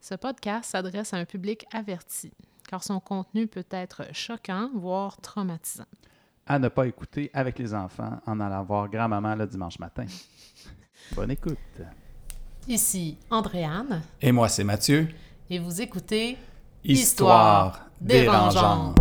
Ce podcast s'adresse à un public averti, car son contenu peut être choquant, voire traumatisant. À ne pas écouter avec les enfants en allant voir grand-maman le dimanche matin. Bonne écoute. Ici Andréane, Et moi, c'est Mathieu. et vous écoutez Histoire dérangeante.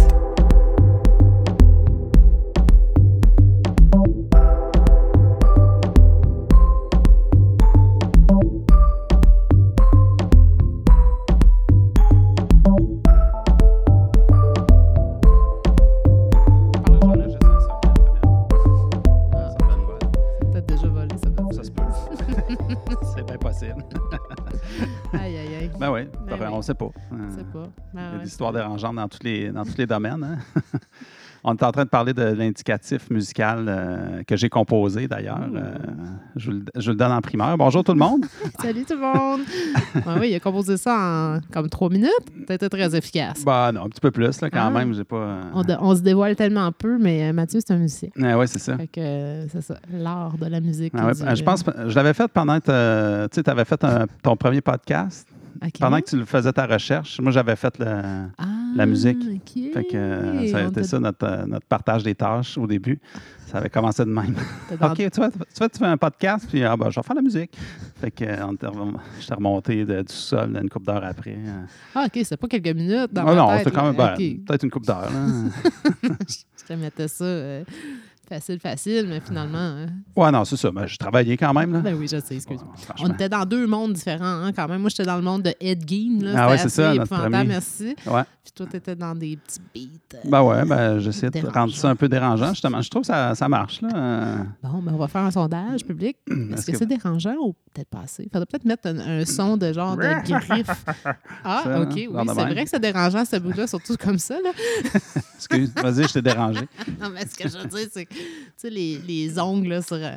Ah, Ah, Peut-être déjà volé, ça va. Ça se peut. c'est bien possible. Aïe, aïe, aïe. Ben oui, Ben ben oui. on sait pas. Je sais Euh, pas. Il y Ben a ouais. des histoires dérangeantes dans tous les, dans tous les domaines. hein. on est en train de parler de l'indicatif musical euh, que j'ai composé d'ailleurs. Euh, je, vous le- je vous le donne en primeur. Bonjour tout le monde. Salut tout le monde! Ben oui, il a composé ça en comme trois minutes. C'était très efficace. bah non, un petit peu plus là, quand Ah. même. J'ai pas. euh, On, de- on se dévoile tellement peu, mais euh, Mathieu, c'est un musicien. Ah Ouais, ouais, c'est ça. Fait que euh, c'est ça, l'art de la musique. Ah ouais, du- euh, je pense, je l'avais fait pendant que euh, tu avais fait un- ton premier podcast. Ok. Pendant que tu le faisais ta recherche, moi j'avais fait le. Ah, la musique. ok. Fait que euh, ça a On été t'a- ça notre, euh, notre partage des tâches au début. Ça avait commencé de même. t'as dans- OK, tu vois, tu vois, tu fais un podcast, puis ah, ben, je vais faire la musique. Fait que euh, on était rem- j'étais remonté de- du sol une couple d'heures après. euh. Ah, OK, c'est pas quelques minutes. Dans Ah ma non, tête, c'était quand là. même ben, OK. peut-être une couple d'heures. là. Je te mettais ça euh, facile, facile, mais finalement. euh, ouais, non, c'est ça. Ben, j'ai travaillé quand même. Là. Ben oui, je sais, Ouais, excuse-moi. franchement. On était dans deux mondes différents, hein, quand même. Moi, j'étais dans le monde de Ed Gein. Là, Ah ouais, C'était c'est ça, assez notre épouvantable, premier. merci. Ouais. Puis toi, t'étais dans des petits beats. euh. Ben ouais, ben, j'essaie de Dérangeant. rendre ça un peu dérangeant, justement. Je trouve que ça, ça marche. Là. Euh, Bon, ben, on va faire un sondage public. Est-ce Est-ce que, que- c'est dérangeant ou peut-être pas assez? Faudrait peut-être mettre un, un son de genre de griffe. Ça, Ah, OK, oui, hein, genre de c'est même. vrai que c'est dérangeant, ce bout-là, surtout comme ça, là. Excuse, vas-y, je t'ai dérangé. Non, mais ce que je veux dire, c'est que, tu sais, les, les ongles là, sur euh,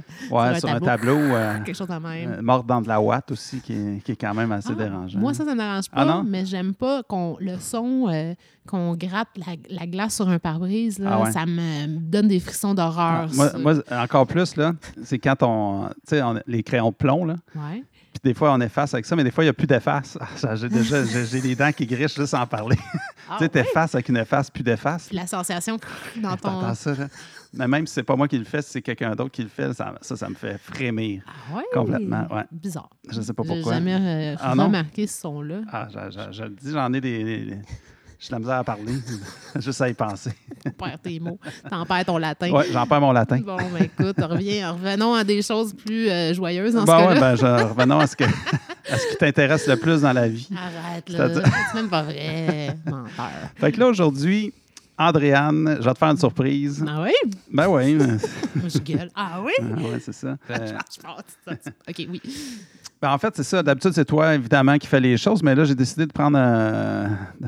Ouais, Sur sur un un tableau. euh, quelque chose de même. euh, morte dans de la ouate aussi, qui est, qui est quand même assez Ah, dérangeant. Moi, ça, ça ne me dérange pas, Ah non? mais j'aime pas qu'on le son, euh, qu'on gratte la, la glace sur un pare-brise. là, Ah ouais. Ça me me donne des frissons d'horreur. Ah, moi, ça. moi, encore plus, là, c'est quand on. Tu sais, on- les crayons de plomb, là. Ouais. Puis des fois, on efface avec ça, mais des fois, il n'y a plus d'efface. Ah, ça, j'ai déjà j'ai j'ai les dents qui grichent juste en parler. Ah tu sais, ouais? t'effaces avec une efface, plus d'efface. Puis La sensation dans ton. T'entends ça, là? Mais même si c'est pas moi qui le fais, si c'est quelqu'un d'autre qui le fait, ça, ça, ça me fait frémir. Ah ouais? Complètement, ouais. Bizarre. Je sais pas J'ai pourquoi. jamais euh, Ah non? remarqué ce son-là. Ah, je, je- je le dis, j'en ai des. des- des- J'ai de la misère à parler, juste à y penser. Tu perds tes mots. T'en perds ton latin. Ouais, j'en perds mon latin. Bon, ben écoute, reviens, revenons à des choses plus euh, joyeuses en ce Bon, ouais, cas-là. ben, je, revenons à ce, que, à ce qui t'intéresse le plus dans la vie. Arrête, là. C'est-à-dire- C'est même pas vrai. Menteur. Fait que là, aujourd'hui, Andréane, je vais te faire une surprise. Ah oui? Ben oui, mais- Je gueule. Ah oui? ah ouais, c'est ça. Euh, Je pense. OK, oui. ben, en fait, c'est ça. D'habitude, c'est toi, évidemment, qui fais les choses, mais là, j'ai décidé de prendre, euh,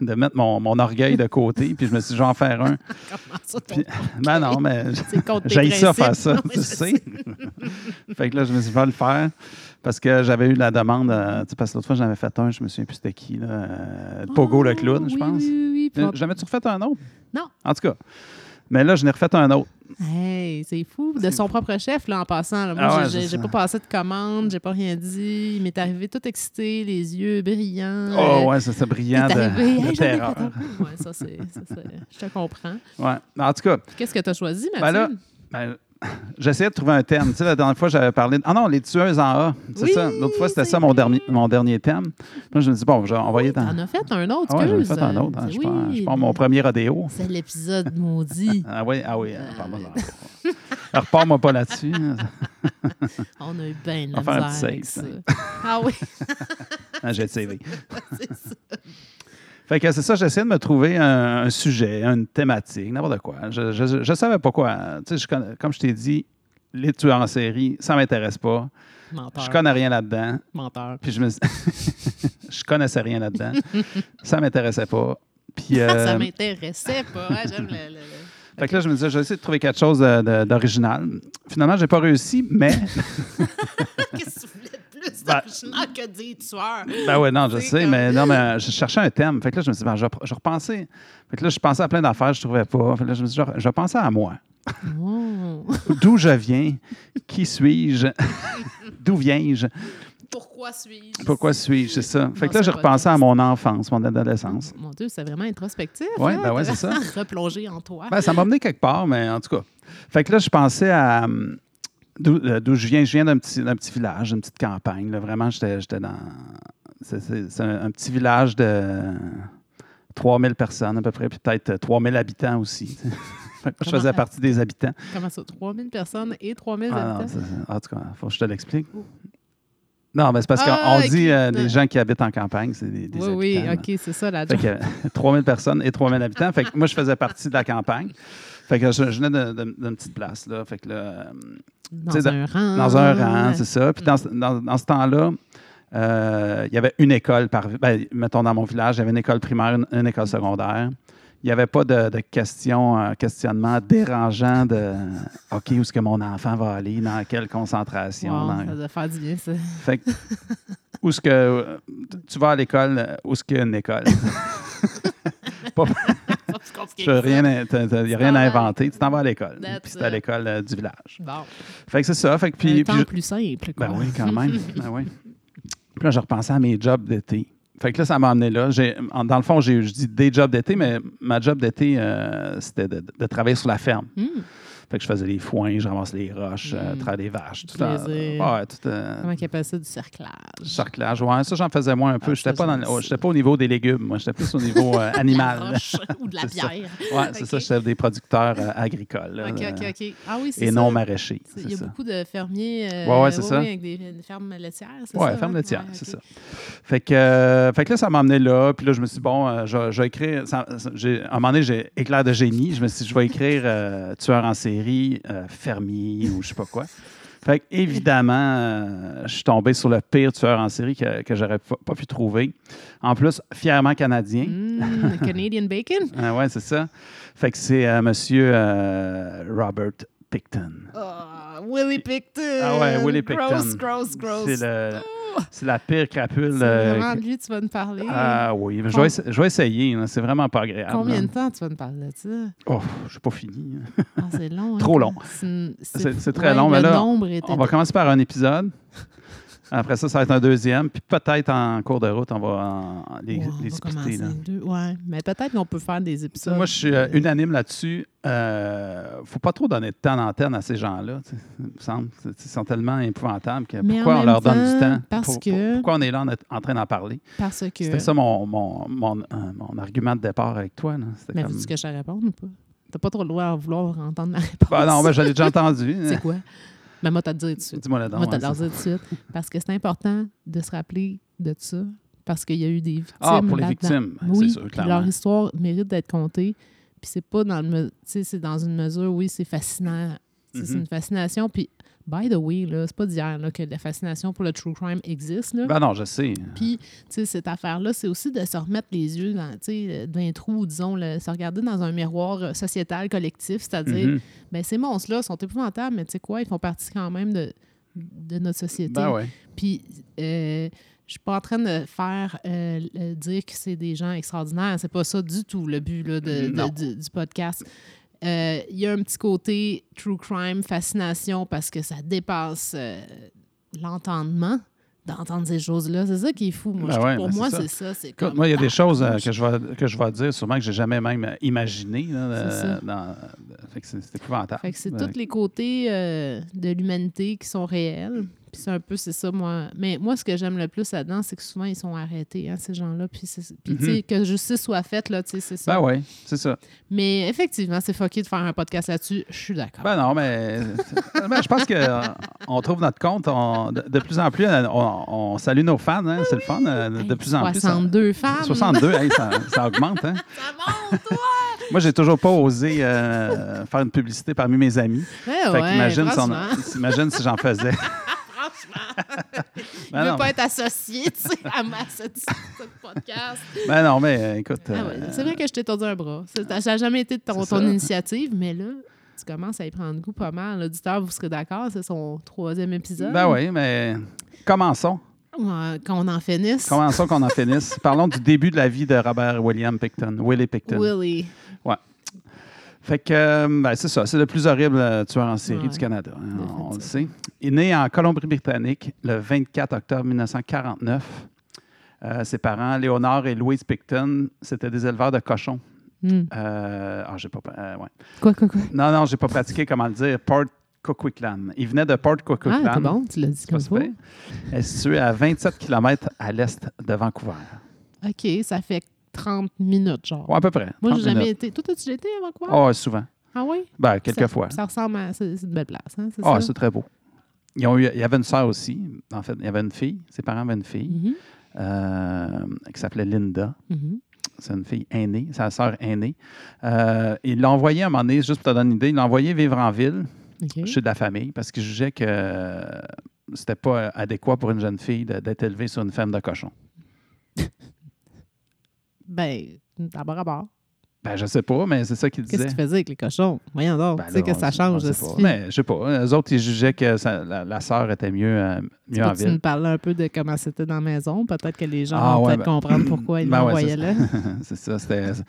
de mettre mon, mon orgueil de côté, puis je me suis dit, je vais en faire un. Comment ça, ton- Puis- Ben non, mais C'est contre tes j'ai ça faire principes. ça, Non, mais tu je sais. fait que là, je me suis dit, je vais le faire. Parce que j'avais eu la demande, euh, tu sais, parce que l'autre fois, j'en avais fait un, je me souviens plus c'était qui, là, euh, Pogo le clown, Ah, je oui, pense. Oui, oui, oui. Euh, J'avais-tu refait un autre? Non. En tout cas. Mais là, je n'ai refait un autre. Hey, c'est fou. De son propre chef, là, en passant. là. Moi, Ah ouais, j'ai- c'est j'ai ça. pas passé de commande, j'ai pas rien dit. Il m'est arrivé tout excité, les yeux brillants. Oh, euh, ouais, ça, c'est il est brillant de, arrivé. de Hey, j'en ai terreur. fait un. Ouais, ça, c'est. ça, c'est- Je te comprends. Ouais. En tout cas, Puis Qu'est-ce que tu as choisi, Mathieu? ben là, ben, j'essayais de trouver un thème. Tu sais, la dernière fois, j'avais parlé. de- Ah non, les tueuses en A. C'est Oui, ça. L'autre fois, c'était c'est ça mon dernier, mon dernier thème. Moi, je me dis, bon, je vais envoyer dans. T'en as fait un autre, Ah ouais, j'en ai excuse. fait un autre. hein. C'est- Je, prends, je oui, prends mon premier rodéo. C'est l'épisode maudit. Ah oui, ah oui. ah, pardon, pardon. Alors, Repars-moi pas là-dessus. On a eu bien de On la va faire un misère petit avec ça. save, Ah oui, Ah, J'ai TV. c'est ça. Fait que c'est ça, j'essaie de me trouver un, un sujet, une thématique, n'importe quoi. Je, je, je savais pas quoi. Tu sais, je conna- comme je t'ai dit, les tueurs en série, ça m'intéresse pas. Menteur. Je connais rien là-dedans. Menteur. Puis je me suis- je connaissais rien là-dedans. ça m'intéressait pas. Puis euh, Ah, Ça m'intéressait pas. Ouais, J'aime le- le- le... fait que là je me disais je vais essayer de trouver quelque chose de- de- d'original. Finalement, j'ai pas réussi, mais Qu'est-ce que tu voulais de plus Ben- d'original que des tueurs? ben ouais non, je C'est sais comme- mais non mais je cherchais un thème. Fait que là je me suis dit, ben, je, vais- je repensais. Fait que là je pensais à plein d'affaires, je trouvais pas. Fait que là je me suis dit, je- je pensais à moi. Oh. D'où je viens? Qui suis-je? D'où viens-je? Pourquoi suis-je? Pourquoi ici? suis-je? C'est ça. Fait Dans que là, ce je repensais podcast. à mon enfance, mon adolescence. Mon Dieu, c'est vraiment introspectif. Ouais, là, ben ouais, de c'est ça. Replonger en toi. Ben, ça m'a mené quelque part, mais en tout cas. Fait que là, je pensais à hum, d'où euh, d'où je viens. Je viens d'un petit, d'un petit village, d'une petite campagne. là. Vraiment, j'étais j'étais dans. C'est c'est- c'est un, un petit village de 3000 personnes à peu près, puis peut-être 3000 habitants aussi. Fait que je Comment- faisais partie des habitants. Comment ça? 3000 personnes et 3000 Ah, non, habitants? c'est- en tout cas, faut que je te l'explique. Non, mais c'est parce Ah, qu'on on dit euh, ok. des gens qui habitent en campagne, c'est des, des oui, habitants, là. oui, OK, c'est ça la Fait que euh, 3000 personnes et 3000 habitants. Fait que moi, je faisais partie de la campagne. Fait que je, je venais de- de- d'une petite place, là. Fait que là, euh, tu Dans sais, un rang. dans un rang, c'est ça. Puis dans, ce- dans- dans ce temps-là, euh, il y avait une école par... ben, mettons, dans mon village, il y avait une école primaire, une, une école secondaire. Il n'y avait pas de, de questions, euh, questionnement dérangeant de « OK, où est-ce que mon enfant va aller? Dans quelle concentration? Wow, Dans- Ça doit faire du bien, ça. fait que, où est-ce que euh, tu vas à l'école, euh, où est-ce qu'il y a une école? C'est compliqué Tu que veux ça. rien, in- t'as- t'as- y Tu a rien t'en à vas. inventer, tu t'en vas à l'école. That's Puis c'est à it. l'école euh, du village. Bon, Fait que c'est ça. Fait que puis, un temps puis je- plus simple, quoi. ben oui, quand même. ben oui. Puis là, je repensais à mes jobs d'été. Fait que là, ça m'a amené là. J'ai- en- dans le fond, j'ai, je dis des jobs d'été, mais ma job d'été, euh, c'était de, de travailler sur la ferme. Hum, Fait que je faisais les foins, je ramasse les roches, euh, Mm. traire les vaches. Tout Plaisir. Ah en, ouais, tout, euh, Comment ils appellent ça? Du cerclage. Cerclage, ouais. Ça, j'en faisais moins un peu. Ah, j'étais ça, pas, dans j'aime le- ça. Ah, oh, j'étais pas au niveau des légumes, moi. J'étais plus au niveau euh, animal. roche ou de la C'est ça. bière. Ouais, c'est Ok. ça. J'étais des producteurs euh, agricoles. là, OK, OK, euh, OK. Ah oui, c'est Et ça. non maraîchers. C'est- Il C'est y a ça. beaucoup de fermiers euh, Ouais, ouais, c'est ça. avec des, des fermes laitières, c'est Ouais, ça? ferme hein? laitière, Ouais, c'est ok. ça. Fait que, euh, fait que là, ça m'a emmené là. Puis là, je me suis dit, bon, euh, je, je vais écrire. ça- ça- j'ai- à un moment donné, j'ai éclair de génie. Je me suis dit, je vais écrire euh, tueur en série, euh, fermier ou je sais pas quoi. Fait que, évidemment, euh, je suis tombé sur le pire tueur en série que, que j'aurais pas, pas pu trouver. En plus, fièrement canadien. Hum, le Canadian Bacon. Ah ouais, c'est ça. Fait que c'est euh, monsieur euh, Robert Picton. Ah, Willy Picton. Ah ouais, Willie Picton. Gross, gross, gross. C'est le- Oh, C'est la pire crapule. c'est euh, vraiment de lui, tu vas nous parler. Ah oui, je vais, essa- je vais essayer. là. C'est vraiment pas agréable. Combien là. de temps tu vas nous parler de ça? Oh, je suis pas fini. Ah, c'est long. hein, Trop long. quand- C'est une- C'est- c'est très ouais, long, mais le là, nombre était- On va commencer par un épisode. Après ça, ça va être un deuxième. Puis peut-être en cours de route, on va en- les, Ouais, on les va splitter, commencer là. deux. Ouais, mais peut-être qu'on peut faire des épisodes. Moi, je suis euh, unanime là-dessus. Euh, faut pas trop donner de temps d'antenne à ces gens-là. tu sais. Il me semble. Tu sais, Ils sont tellement épouvantables que Mais en pourquoi on même leur donne du temps, temps? parce Pour- pour- que- pourquoi on est là en, en train d'en parler? Parce que. C'était ça mon, mon, mon, euh, mon argument de départ avec toi. là. C'était Mais comme- veux-tu que je te réponde ou pas? T'as pas trop le droit à vouloir entendre ma réponse. Ben non, ben, je l'ai déjà entendu. hein. C'est quoi? Mais moi, t'as dit tout de suite. Dis-moi hein, là Moi, t'as dit tout de suite. Parce que c'est important de se rappeler de ça. Parce qu'il y a eu des victimes. Ah, pour les là-dedans. victimes, c'est Oui, sûr, puis clairement. leur histoire mérite d'être contée. Puis c'est pas dans le. me- Tu sais, c'est dans une mesure, oui, c'est fascinant. Tu sais, C'est Mhm. une fascination. Puis, by the way, là, c'est pas d'hier là, que la fascination pour le true crime existe. Là. Ben non, je sais. Puis, tu sais, cette affaire-là, c'est aussi de se remettre les yeux dans, tu sais, euh, dans un trou, disons, là, se regarder dans un miroir euh, sociétal collectif, c'est-à-dire, Mhm. ben, ces monstres-là sont épouvantables, mais tu sais quoi, ils font partie quand même de, de notre société. Ben ouais. Puis, euh, je suis pas en train de faire euh, le- dire que c'est des gens extraordinaires. C'est pas ça du tout le but là, de- de- Non. du, du podcast. Euh, Il y a un petit côté true crime, fascination, parce que ça dépasse euh, l'entendement d'entendre ces choses-là. C'est ça qui est fou. Moi, Ben Je- ouais, pour ben moi, c'est ça. c'est ça. C'est Écoute, comme- moi, il y a Ah, des choses euh, je- que, je vais, que je vais dire, sûrement que j'ai jamais même euh, imaginé. là, euh, C'est ça. dans- euh, fait que c'est c'est épouvantable. Fait que c'est Ben, tous les côtés euh, de l'humanité qui sont réels. Puis c'est un peu, c'est ça, moi. Mais moi, ce que j'aime le plus là-dedans, c'est que souvent, ils sont arrêtés, hein, ces gens-là. Puis, c'est- puis, tu sais, Mhm. que justice soit faite, là, tu sais, c'est ça. Ben oui, c'est ça. Mais effectivement, c'est fucké de faire un podcast là-dessus. Je suis d'accord. Ben non, mais ben, je pense qu'on trouve notre compte. on- de, de plus en plus, euh, on, on salue nos fans. hein, c'est le fun. euh, De, Hey, plus en plus. ça- 62 femmes. 62, hey, ça, ça augmente. Hein? Ça monte, ouais! Moi, j'ai toujours pas osé euh, faire une publicité parmi mes amis. Ouais, Fait ouais, qu'imagine si on- franchement. imagine si j'en faisais. Franchement. Ben je veux non. pas être associé, tu sais, à ma ce ce podcast. Ben non, mais euh, écoute. Ah ouais, euh, c'est vrai que je t'ai tordu un bras. C'est- Ça n'a jamais été de ton, C'est ça. ton initiative, mais là, tu commences à y prendre goût pas mal. L'auditeur, vous serez d'accord, c'est son troisième épisode. Ben oui, mais commençons. Ouais, Qu'on en finisse. Commençons qu'on en finisse. Parlons du début de la vie de Robert William Picton, Willie Picton. Willy. Fait que, euh, ben, c'est ça, c'est le plus horrible euh, tueur en série Ouais. du Canada, hein, on, on le sait. Définitivement. Il est né en Colombie-Britannique le 24 octobre 1949. Euh, ses parents, Léonard et Louise Picton, c'était des éleveurs de cochons. Hmm. Euh, ah, j'ai pas. euh, ouais. Quoi, quoi, quoi? Non, non, j'ai pas pratiqué comment le dire. Port Coquitlam. Il venait de Port Coquitlam. Ah, c'est bon, tu l'as dit Pas comme si ça. pire. Elle est située à 27 km à l'est de Vancouver. OK, ça fait 30 minutes, genre. Ouais, à peu près. Moi, 30 j'ai jamais minutes. été. Toi, as-tu déjà été avant quoi? Ah, ouais, souvent. Ah oui? Ben, quelques Ça- fois. Ça ressemble à. C'est c'est une belle place, hein? C'est ça? Ah, c'est très beau. Ils ont eu- il y avait une sœur aussi, en fait. Il y avait une fille. Ses parents avaient une fille Mhm, euh, qui s'appelait Linda. mhm. C'est une fille aînée, sa sœur aînée. Euh, il l'a envoyée à un moment donné, juste pour te donner une idée, il l'a envoyée vivre en ville OK. chez de la famille parce qu'il jugeait que euh, c'était pas adéquat pour une jeune fille de- d'être élevée sur une ferme de cochons. Ben, d'abord à bord. Ben, je sais pas, mais c'est ça qu'il disait. Qu'est-ce qu'il faisait avec les cochons? Voyons donc. Ben tu sais là, que on- ça on change sait de pas. suffit. Mais je sais pas. Eux autres, ils jugeaient que ça- la, la sœur était mieux, euh, Tu mieux en peux tu nous ville. parler un peu de comment c'était dans la maison? Peut-être que les gens Ah, vont ouais, peut-être ben- comprendre pourquoi ils Ben ouais, l'envoyaient c'est là. c'est ça. C'était, euh, tu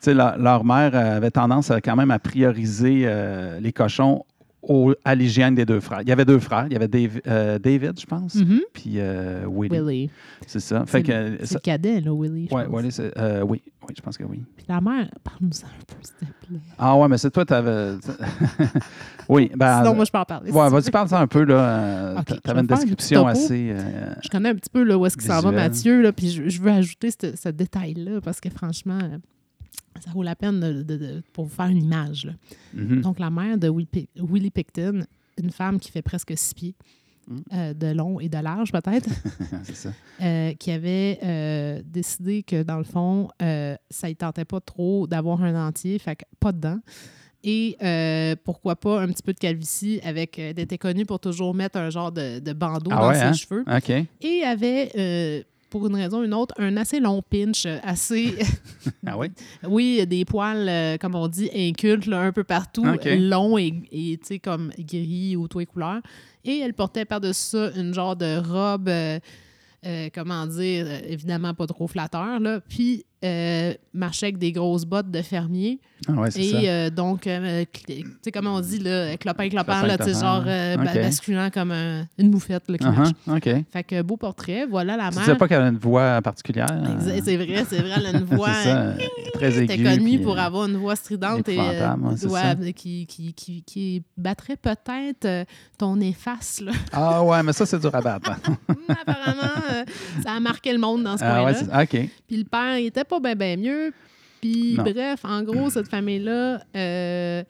sais, leur, leur mère euh, avait tendance euh, quand même à prioriser euh, les cochons au- à l'hygiène des deux frères. Il y avait deux frères. Il y avait Dave- euh, David, je pense, Mhm. puis euh, Willie. Willy. C'est ça. Fait C'est- que, euh, C'est ça- le cadet, là, Willy. je ouais, pense. Willie, c'est- euh, oui, oui, je pense que oui. Puis la mère, parle-nous un peu, s'il te plaît. Ah ouais, mais c'est toi, t'avais... oui, ben... Sinon, moi, je peux en parler. Ouais, si vas-y, tu veux. parle ça un peu, là. Ok, Tu je T'avais vais une faire un petit description topo. assez... euh, Je connais un petit peu là, où est-ce qu'il s'en va, Visuel. Mathieu, là, puis je, je veux ajouter ce, ce détail-là parce que franchement, euh, ça vaut la peine de- de- de- pour vous faire une image. là. mhm. Donc, la mère de Will Pic- Willie Picton, une femme qui fait presque six pieds Mm. euh, de long et de large, peut-être, c'est ça. euh, qui avait euh, décidé que, dans le fond, euh, ça ne tentait pas trop d'avoir un dentier, fait que pas de dents. Et euh, pourquoi pas un petit peu de calvitie avec euh, d'être connue pour toujours mettre un genre de, de bandeau Ah dans ouais, ses hein? cheveux OK. et avait, euh, pour une raison ou une autre, un assez long pinch, euh, assez, Ah oui? oui, des poils, euh, comme on dit, incultes, là, un peu partout, Ok. longs et, et, tu sais, comme gris ou toutes les couleurs. Et elle portait par-dessus ça une genre de robe, euh, euh, comment dire, euh, évidemment pas trop flatteur, là, puis euh, marchait avec des grosses bottes de fermier. Ah ouais, c'est ça. Et euh, donc, euh, cl- tu sais, comment on dit, là, clopin, clopin, Clopin, là, tu sais, clopin. genre euh, ba- Ok. basculant comme un- une moufette là, qui marche. Uh-huh, OK. Fait que beau portrait, voilà la Tu mère. disais pas qu'elle a une voix particulière? Exa- C'est vrai, c'est vrai, elle a une C'est voix. ça, euh, très aiguë. était connue puis, pour euh, avoir une voix stridente et euh, épouvantable, ouais, c'est ouais, qui, qui, qui, qui battrait peut-être euh, ton efface. Là. Hmm, Ah ouais, mais ça, c'est du rabat. Apparemment, euh, ça a marqué le monde dans ce hein. ah coin-là. ouais, c'est ça. OK. Puis le père, il était pas bien ben mieux. Puis Non. bref, en gros, cette famille-là, euh,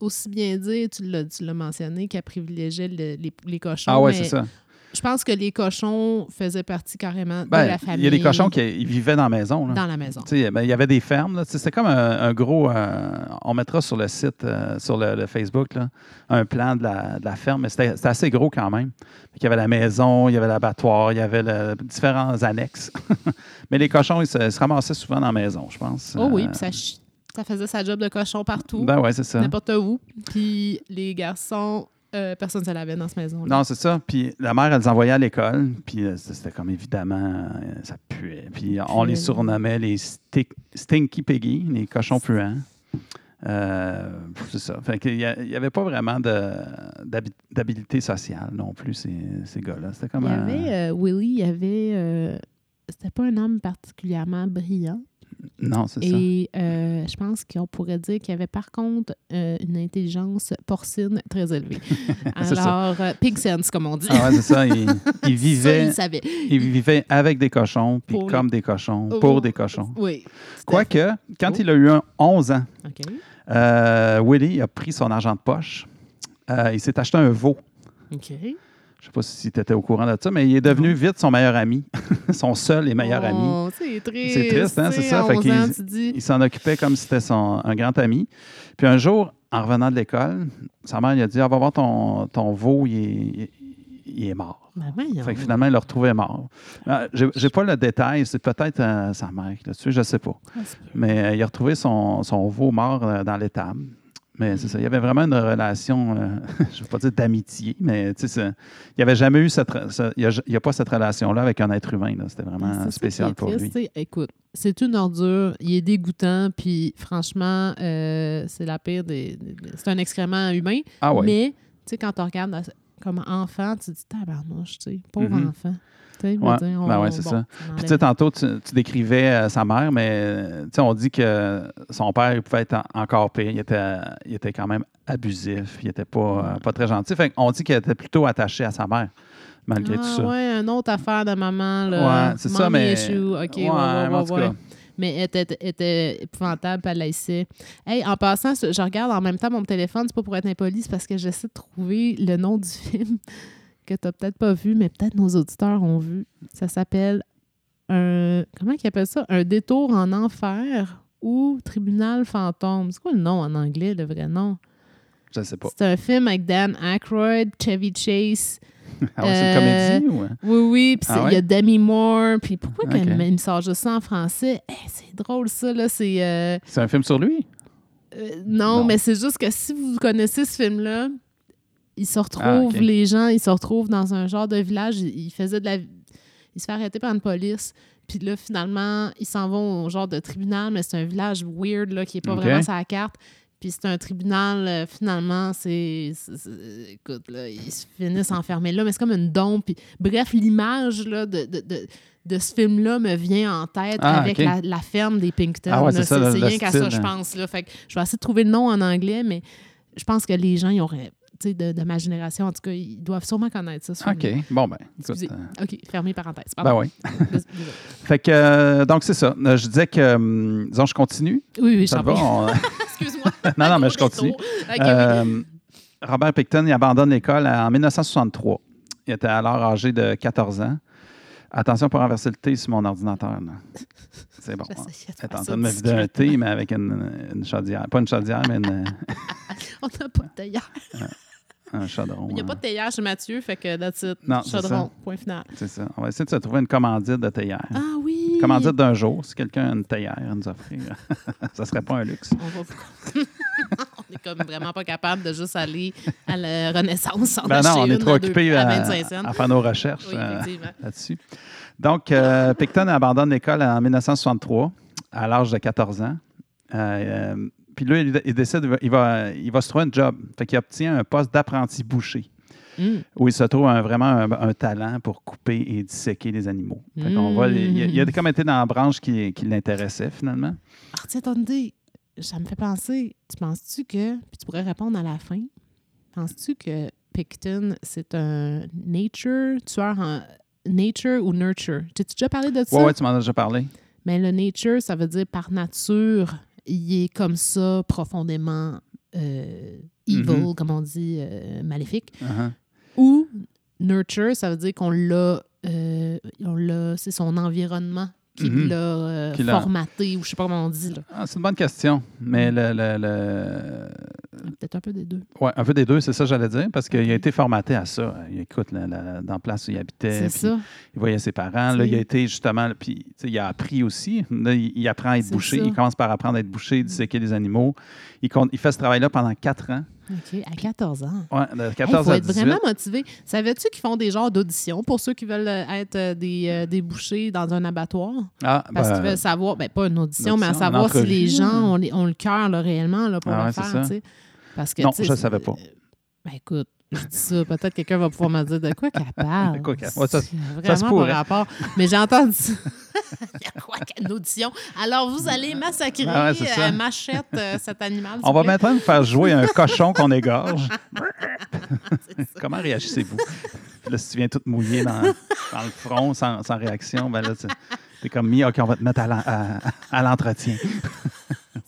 aussi bien dire, tu l'as tu l'as mentionné, qu'elle privilégiait le- les, les cochons. Ah ouais, mais c'est ça. Je pense que les cochons faisaient partie carrément de Ben, la famille. il y a des cochons qui ils vivaient dans la maison. Là. dans la maison. Tu sais, ben, il y avait des fermes. là. Tu sais, C'était comme un, un gros. euh, on mettra sur le site, euh, sur le, le Facebook, là, un plan de la, de la ferme. Mais c'était c'était assez gros quand même. Il y avait la maison, il y avait l'abattoir, il y avait le- différents annexes. mais les cochons, ils se, ils se ramassaient souvent dans la maison, je pense. Oh oui, Euh, puis ça, ch- ça faisait sa job de cochon partout, Ben ouais, c'est ça. n'importe où. Puis les garçons, euh, personne ne se lavait dans cette maison-là. Non, c'est ça. Puis la mère, elle les envoyait à l'école. Puis euh, c'était comme évidemment, euh, ça puait. Puis on les puait. surnommait les sti- Stinky Piggy, les cochons puants. Euh, c'est ça. Fait qu'il y a- il n'y avait pas vraiment de- d'habi- d'habilité sociale non plus, ces, ces gars-là. C'était comme Il y un- avait euh, Willy, il y avait. euh, c'était pas un homme particulièrement brillant. Non, c'est ça. Et euh, je pense qu'on pourrait dire qu'il y avait par contre euh, une intelligence porcine très élevée. C'est ça. Alors, euh, pig sense, comme on dit. Ah ouais, c'est ça. Ils, ils Ça, vivaient, il savait. ils vivaient avec des cochons, puis Pour les- comme des cochons, Oh. pour des cochons. Oui. tout à fait. Quoique, quand Oh. il a eu un 11 ans, OK. Euh, Willy a pris son argent de poche. Euh, il s'est acheté un veau. OK. Je sais pas si tu étais au courant de ça, mais il est devenu vite son meilleur ami, son seul et meilleur ami. Oh, C'est triste. C'est triste, hein, tu sais, c'est ça, à fait 11 qu'il- ans, tu dis. Il s'en occupait comme si c'était son, un grand ami. Puis un jour, en revenant de l'école, sa mère lui a dit ah, Va voir ton, ton veau, il est, il est mort. Ben voyons. Fait que finalement, il l'a retrouvé mort. Euh, J'ai j'ai pas le détail, c'est peut-être euh, sa mère qui l'a tué, je sais pas. Ah, c'est- Mais euh, il a retrouvé son, son veau mort euh, dans l'étable. Mais c'est ça. Il y avait vraiment une relation, euh, je ne veux pas dire d'amitié, mais tu sais, ça- il n'y avait jamais eu cette. re- ça- il n'y a, il y a pas cette relation-là avec un être humain. là. C'était Mais c'est vraiment ça qui spécial est pour triste, lui. tu sais. Écoute, c'est une ordure, il est dégoûtant, puis franchement, euh, c'est la pire des. des- des- C'est un excrément humain. Ah ouais. Mais, tu sais, quand tu regardes dans- comme enfant, tu te dis, tabarnouche, tu sais, pauvre Mhm. enfant. Tu sais, je veux Ouais, dire, on- ben ouais, c'est bon, ça. on Puis, tu enlève- sais, tantôt, tu, tu décrivais euh, sa mère, mais euh, tu sais, on dit que son père il pouvait être en- encore pire. Il était, il était quand même abusif. Il n'était pas, euh, pas très gentil. Fait on dit qu'il était plutôt attaché à sa mère, malgré tout ah, ça. ouais, une autre affaire de maman, là. Ouais, c'est ça, Mommy mais- issue. OK, ouais, Ouais, ouais, mais en ouais, tout ouais. cas. Mais elle était, était épouvantable, puis elle laissait. Hey, en passant, ce- je regarde en même temps mon téléphone, c'est pas pour être impoli, c'est parce que j'essaie de trouver le nom du film que t'as peut-être pas vu, mais peut-être nos auditeurs ont vu. Ça s'appelle un... Comment qu'ils appellent ça? Un détour en enfer ou tribunal fantôme. C'est quoi le nom en anglais, le vrai nom? Je ne sais pas. C'est un film avec Dan Aykroyd, Chevy Chase, Ah ouais, c'est Euh, une comédie ou. oui, oui. Puis Ah c'est- il y a Demi Moore. Puis pourquoi Ok. qu'elle me- il me sort juste ça en français? Eh, c'est drôle, ça, là. C'est. euh, C'est un film sur lui? euh, non, Non. mais c'est juste que si vous connaissez ce film-là, ils se retrouvent, Ah, ok. les gens, ils se retrouvent dans un genre de village. Ils, ils faisaient de la. Ils se fait arrêter par une police. Puis là, finalement, ils s'en vont au genre de tribunal, mais c'est un village weird, là, qui n'est pas Ok. vraiment sur la carte. Puis c'est un tribunal, euh, finalement, c'est. c'est- c'est- Écoute, là, ils se finissent enfermés là, mais c'est comme une dompe. Puis, bref, l'image, là, de. de, de de ce film-là me vient en tête Ah, avec ok. la, la ferme des Pinkerton. Ah ouais, là. c'est ça, C'est le- c'est le rien qu'à ça, je style. hein. pense. Là. Fait que je vais essayer de trouver le nom en anglais, mais je pense que les gens, ils auraient, tu sais, de, de ma génération, en tout cas, ils doivent sûrement connaître ça. ce OK. film-là. Bon, ben. Ah Excusez. Ah écoute, euh, OK, fermez parenthèse. ben Pardon. oui. Désolé. Fait que, euh, donc, c'est ça. Euh, Je disais que, hum, disons, je continue. Oui, oui, Ça te j'en va? prie. On- Excuse-moi. Non, non, mais je Gros continue. détour. OK, oui. Euh, Robert Picton il abandonne l'école en 1963. Il était alors âgé de 14 ans. Attention pour renverser le thé sur mon ordinateur. là. C'est bon. hein. J'essayais de Elle est faire en ça train de me vider un discret. thé, mais avec une, une chaudière. Pas une chaudière, mais une- On n'a pas de théière. un chaudron. Il n'y a hein. pas de théière chez Mathieu, fait que that's it. Non, c'est Chaudron, point final. C'est ça. On va essayer de se trouver une commandite de théière. Ah oui! Commandite d'un jour, si quelqu'un a une théière à nous offrir. ça serait pas un luxe. On va vous- On est comme vraiment pas capable de juste aller à la Renaissance en Ben acheter non, on une est trop à deux- occupés à à, 25 cents. à faire nos recherches. oui, euh, effectivement. là-dessus. Donc, euh, Picton abandonne l'école en 1963, à l'âge de 14 ans. Euh, euh, puis là, il, il décide, il va, il va se trouver un job. Fait qu'il obtient un poste d'apprenti boucher, Mm. où il se trouve un- vraiment un, un talent pour couper et disséquer les animaux. Fait qu'on Mm. voit, il, il a comme été dans la branche qui, qui l'intéressait finalement. Ah, tiens, ton idée, ça me fait penser. Tu penses-tu que, puis tu pourrais répondre à la fin, penses-tu que Picton, c'est un nature, tueur en nature ou nurture? T'as-tu déjà parlé de ça? Ouais, ouais, tu m'en as déjà parlé. Mais le nature, ça veut dire par nature, il est comme ça, profondément euh, evil, Mhm. comme on dit, euh, maléfique. Uh-huh. Ou nurture, ça veut dire qu'on l'a, euh, on l'a- c'est son environnement qui Mhm. l'a euh, Qui l'a- formaté, ou je sais pas comment on dit, là. Ah, c'est une bonne question, mais Hmm. le- le- le, Euh, peut-être un peu des deux. Oui, un peu des deux, c'est ça que j'allais dire, parce qu'il a été formaté à ça. Il- Écoute, la- la- dans la place où il habitait, C'est Ben, ça. puis il voyait ses parents. Là, C'est- il a été justement, puis tu sais, il a appris aussi. Là, il, il apprend à être C'est bouché. ça. Mm. Il commence par apprendre à être bouché, disséquer les animaux. Il, compte- il fait ce travail-là pendant quatre ans, OK, à 14 ans. Ouais, de Il 14 Oh, faut à être 18. vraiment motivé. Savais-tu qu'ils font des genres d'auditions pour ceux qui veulent euh, être euh, des, euh, des bouchers dans un abattoir? Ah, Parce ben, qu'ils veulent savoir, ben, pas une audition, une mais à audition, une savoir si entrevue, les gens hein. ont, les- ont le cœur là, réellement là, pour Ah le ouais, c'est faire. ça. tu sais. Parce que, Non, tu sais, je le savais pas. Ben écoute, je dis ça, peut-être quelqu'un va pouvoir me dire de quoi qu'elle parle. De quoi qu'elle- ouais, ça- C'est ça se Vraiment pourrait. pas rapport. Mais j'ai entendu ça. Il y a quoi qu'une audition? Alors, vous allez massacrer Ah ouais, c'est ça. euh, machette euh, cet animal. s'il On va vous plaît. maintenant vous faire jouer un cochon qu'on égorge. C'est ça. Comment réagissez-vous? Là, si tu viens tout mouillé dans, dans le front, sans, sans réaction, ben là, tu es comme mis, OK, on va te mettre à l'en- à à l'entretien,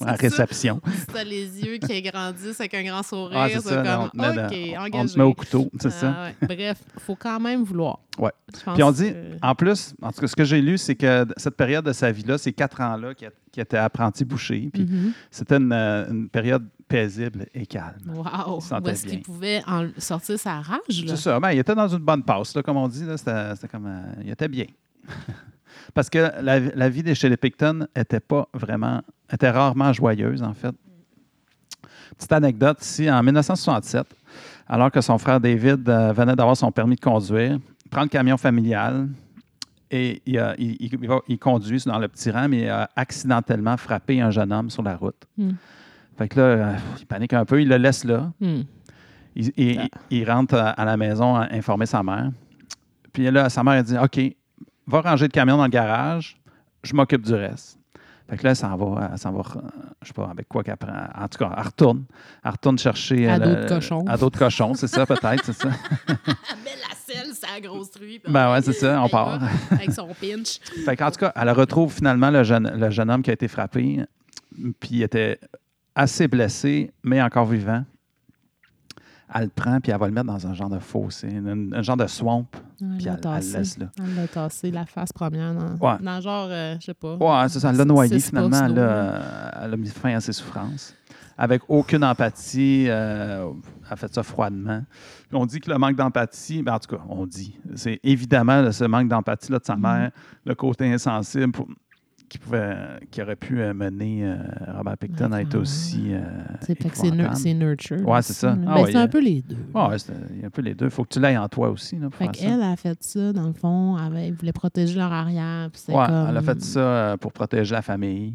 à, la C'est ça. réception. Si t'as les yeux qui grandissent avec un grand sourire, Ah, c'est c'est ça. là, comme, on, te met dans- OK, on- on engagé. te met au couteau, c'est Ah ça. ouais. Bref, faut quand même vouloir. Ouais. Ah. Je pense Puis on dit, que- en plus, en tout cas, ce que j'ai lu, c'est que d- cette période de sa vie-là, ces quatre ans-là, qui, était apprenti boucher, puis Mhm. c'était une, euh, une période paisible et calme. Wow! il se sentait Où est-ce qu'il bien. pouvait en- sortir sa rage? Là? C'est ça. Ben, il était dans une bonne passe, là, comme on dit. là, C'était c'était comme, euh, il était bien. Parce que la, la vie des- chez les Picton était pas vraiment, était rarement joyeuse, en fait. Petite anecdote ici, en 1967, alors que son frère David euh, venait d'avoir son permis de conduire, il prend le camion familial et il, euh, il- il- il va- il conduit dans le petit rang, mais il a accidentellement frappé un jeune homme sur la route. Hmm. Fait que là, euh, il panique un peu, il le laisse là. Hmm. Il, il- il- il rentre à, à la maison à informer sa mère. Puis là, sa mère elle dit OK, va ranger le camion dans le garage, je m'occupe du reste. Fait que là, elle s'en va, elle s'en va, euh, je sais pas avec quoi qu'elle prend. En tout cas, elle retourne. Elle retourne chercher. À euh, d'autres le- cochons. À d'autres cochons, c'est ça, peut-être, c'est ça. Ah, Mais la selle, ça a grosse truie. puis Ben ouais, c'est ça, on elle part. va Avec son pinch. Fait qu'en tout cas, elle retrouve finalement le jeune, le jeune homme qui a été frappé, puis il était assez blessé, mais encore vivant. Elle le prend, puis elle va le mettre dans un genre de fossé, un, un genre de swamp, puis Elle elle, l'a elle le tassé. laisse là. Elle l'a tassé hein, la face première dans, Ouais. dans genre, euh, je sais pas. Ouais, hein, c'est ça, elle l'a Six- noyé six finalement, pouces elle d'eau, a, elle a mis fin à ses souffrances. Avec aucune empathie, euh, elle a fait ça froidement. On dit que le manque d'empathie, ben, en tout cas, on dit, c'est évidemment là, ce manque d'empathie-là Mhm. de sa mère, le côté insensible pour- qui, pouvait, qui aurait pu euh, mener euh, Robert Picton à être Ah, aussi. euh, C'est fait que c'est nur- épouvantable. c'est nurture. Ouais, c'est ça. Ben, Ah ouais, c'est un il- peu les deux. Ouais, c'est- il y a un peu les deux. Il faut que tu l'ailles en toi aussi. Là, pour Fait faire ça. qu'elle a fait ça, dans le fond, avec, elle voulait protéger leur arrière. puis c'est Ouais, comme, Elle a fait ça euh, pour protéger la famille,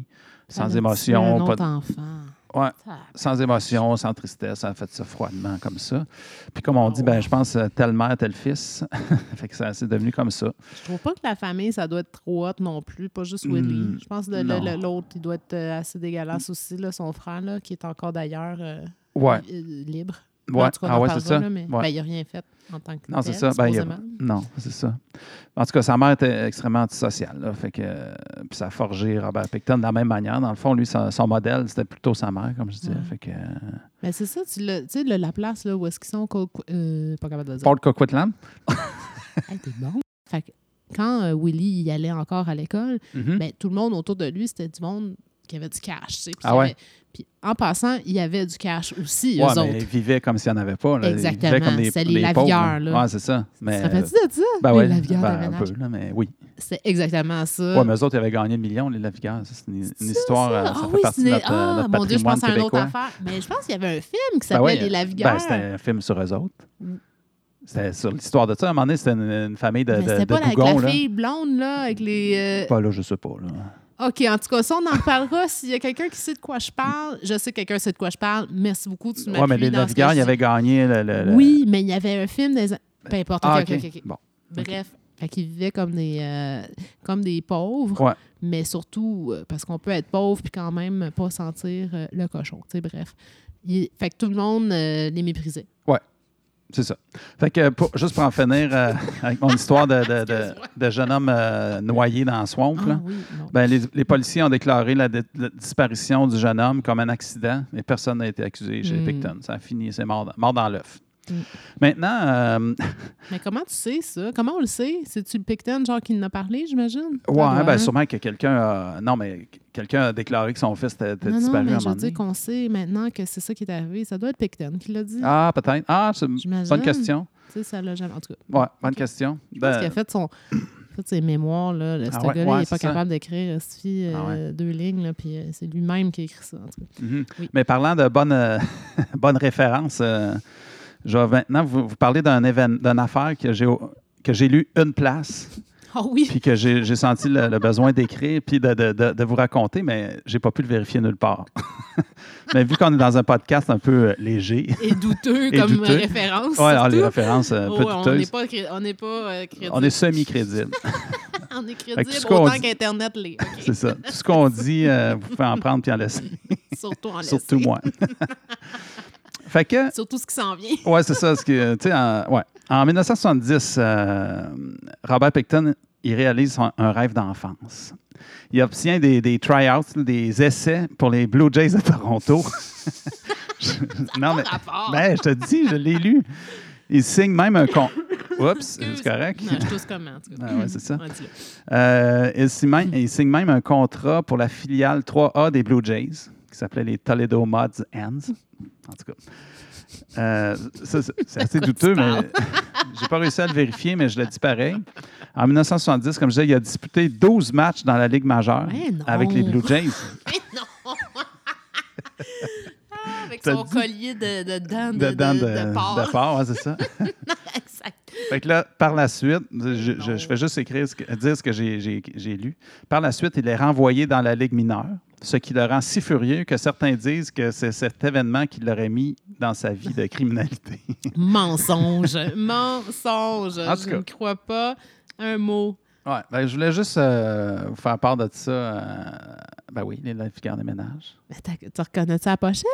elle a euh, sans tué émotion, Un pas autre de- enfant. Ouais. Ça- sans émotion, sans tristesse, elle a fait ça froidement comme ça. Puis comme on Ah dit, ouais. ben, je pense euh, telle mère, tel fils. fait que ça c'est devenu comme ça. Je trouve pas que la famille, ça doit être trop haute non plus, pas juste Willy. Hmm, je pense que le- non. le- le- l'autre, il doit être euh, assez dégueulasse aussi, là, son frère, là, qui est encore d'ailleurs euh, Ouais. li- euh, libre. ouais. En tout cas, on ah en ouais, parlera, c'est ça. là, mais Ouais. ben, il a rien fait en tant que non, c'est tel, ça. Ben, il y a- supposément. Non, c'est ça. En tout cas, sa mère était extrêmement antisociale. là. Fait que, euh, puis ça a forgé Robert Picton de la même manière. Dans le fond, lui, son, son modèle, c'était plutôt sa mère, comme je disais. Ouais. Fait que, euh, Mais c'est ça, tu l'as- tu sais, le- la place là, où est-ce qu'ils sont, Col- euh, pas capable de le dire. Paul Coquitlam. Hey, t'es bon. Fait que quand euh, Willy y allait encore à l'école, Mhm. ben, tout le monde autour de lui, c'était du monde qui avait du cash. tu sais, puis Ah qui ouais. avait- Puis en passant, il y avait du cash aussi, Ouais, eux mais autres. il vivait comme s'il n'y en avait pas. là. Il vivait Exactement. comme des- C'était les pauvres, lavieurs, là. Ouais, c'est ça. Mais, Ça fait de ça? ben les ouais, lavieurs ben, de un ménage? peu, là, mais oui. C'est exactement ça. Oui, mais eux autres, ils avaient gagné le million, les Lavigueurs. Ça, C'est une, une histoire, euh, ça, ah fait oui, partie de c'est- notre, euh, ah, notre mon Dieu, je patrimoine pense à une autre québécois. affaire. Mais je pense qu'il y avait un film qui Ben s'appelait ouais, Les Lavigueurs. ben, c'était un film sur eux autres. Mm. C'était sur l'histoire de ça. À un moment donné, c'était une, une famille de, Mais de, c'était de pas avec bougons, la là. fille blonde, là, avec les... euh, Pas là, je sais pas. là. OK, en tout cas, ça, on en reparlera. S'il y a quelqu'un qui sait de quoi je parle, je sais que quelqu'un sait de quoi je parle. Merci beaucoup, tu m'as Oui, mais les Lavigueurs, ils avaient gagné le. le- le- Oui, mais il y avait un film des... Peu importe. euh, Ah, OK, OK, OK. Bon. Bref. Fait qu'ils vivaient comme des, euh, comme des pauvres, Ouais. mais surtout euh, parce qu'on peut être pauvre puis quand même pas sentir euh, le cochon. Tu sais, bref. Il- fait que tout le monde euh, les méprisait. C'est ça. Fait que, pour- juste pour en finir euh, avec mon histoire de, de- de- Excuse-moi. de jeune homme euh, noyé dans la swamp, Ah là. oui, non. Ben, les, les policiers ont déclaré la, dé- la disparition du jeune homme comme un accident, mais personne n'a été accusé chez Mm. Picton. Ça a fini, c'est mort, dans- mort dans l'œuf. Mm. Maintenant, euh, Mais comment tu sais ça? Comment on le sait? C'est-tu le Picton, genre, qui en a parlé, j'imagine? Ça ouais, doit, ben, hein? sûrement que quelqu'un a, non, mais quelqu'un a déclaré que son fils était, était Non, non, disparu à un mais je moment veux donné. dire qu'on sait maintenant que c'est ça qui est arrivé. Ça doit être Picton qui l'a dit. Ah, peut-être. Ah, c'est une J'imagine. bonne question. Tu sais, ça l'a jamais... En tout cas, Ouais, bonne question. parce Ben, qu'il a fait son... fait ses mémoires, là. Le- ce Ah ouais, gars-là, ouais, il est pas c'est ça. capable d'écrire euh, suffit, euh, Ah ouais. deux lignes, là, puis euh, c'est lui-même qui a écrit ça. en tout cas. Mhm. Oui. Mais parlant de bonnes bonne références, euh, je vais maintenant vous, vous parler d'un événement, d'une affaire que j'ai au- que j'ai lu une place. Ah oui! puis que j'ai j'ai senti le, le besoin d'écrire puis de, de- de- de vous raconter, mais j'ai pas pu le vérifier nulle part. mais vu qu'on est dans un podcast un peu euh, léger, Et douteux Et comme douteux. référence. ouais, alors, les surtout. références euh, un peu Ouais, on n'est douteuses, pas, cré- on n'est pas euh, crédible. on est semi-crédible, On est Fait que tout ce crédible qu'on autant dit- qu'Internet l'est. OK. c'est ça. Tout ce qu'on dit, euh, vous pouvez en prendre puis en laisser, Surtout en laissé. surtout moi. fait que, Surtout ce qui s'en vient. Ouais, c'est ça. ce que, tu sais, en, ouais. en 1970, euh, Robert Picton il réalise son- un rêve d'enfance. Il obtient des, des tryouts, des essais pour les Blue Jays de Toronto. Je- non, mais Rapport. ben, je te dis, je l'ai lu. Il signe même un con. Oups, c'est correct. Non, je tousse comment, en tout cas. Ah ouais, c'est ça. Ouais, dis-le. Euh, il, signe Hmm. même, il signe même un contrat pour la filiale 3A des Blue Jays, qui s'appelait les Toledo Mods Ends. En tout cas, Euh, ça, c'est c'est assez quoi tu douteux, mais parles? j'ai pas réussi à le vérifier, mais je le dis pareil. En 1970, comme je disais, il a disputé 12 matchs dans la Ligue majeure Ouais, non. avec les Blue Jays. Mais non! Ah, avec avec T'as son dit- collier de, de dents de, de, Dedans de porc. de porc, ouais, c'est ça. exact. Fait que là, par la suite, je, non. je- je fais juste écrire ce que- dire ce que j'ai- j'ai j'ai lu. Par la suite, il est renvoyé dans la Ligue mineure, ce qui le rend si furieux que certains disent que c'est cet événement qui l'aurait mis dans sa vie de criminalité. Mensonge. Mensonge. En tout Je cas. ne crois pas un mot. ouais, ben, je voulais juste euh, vous faire part de ça. euh, ben oui, les lifeguards des ménages. Mais t'as- tu reconnais-tu la pochette?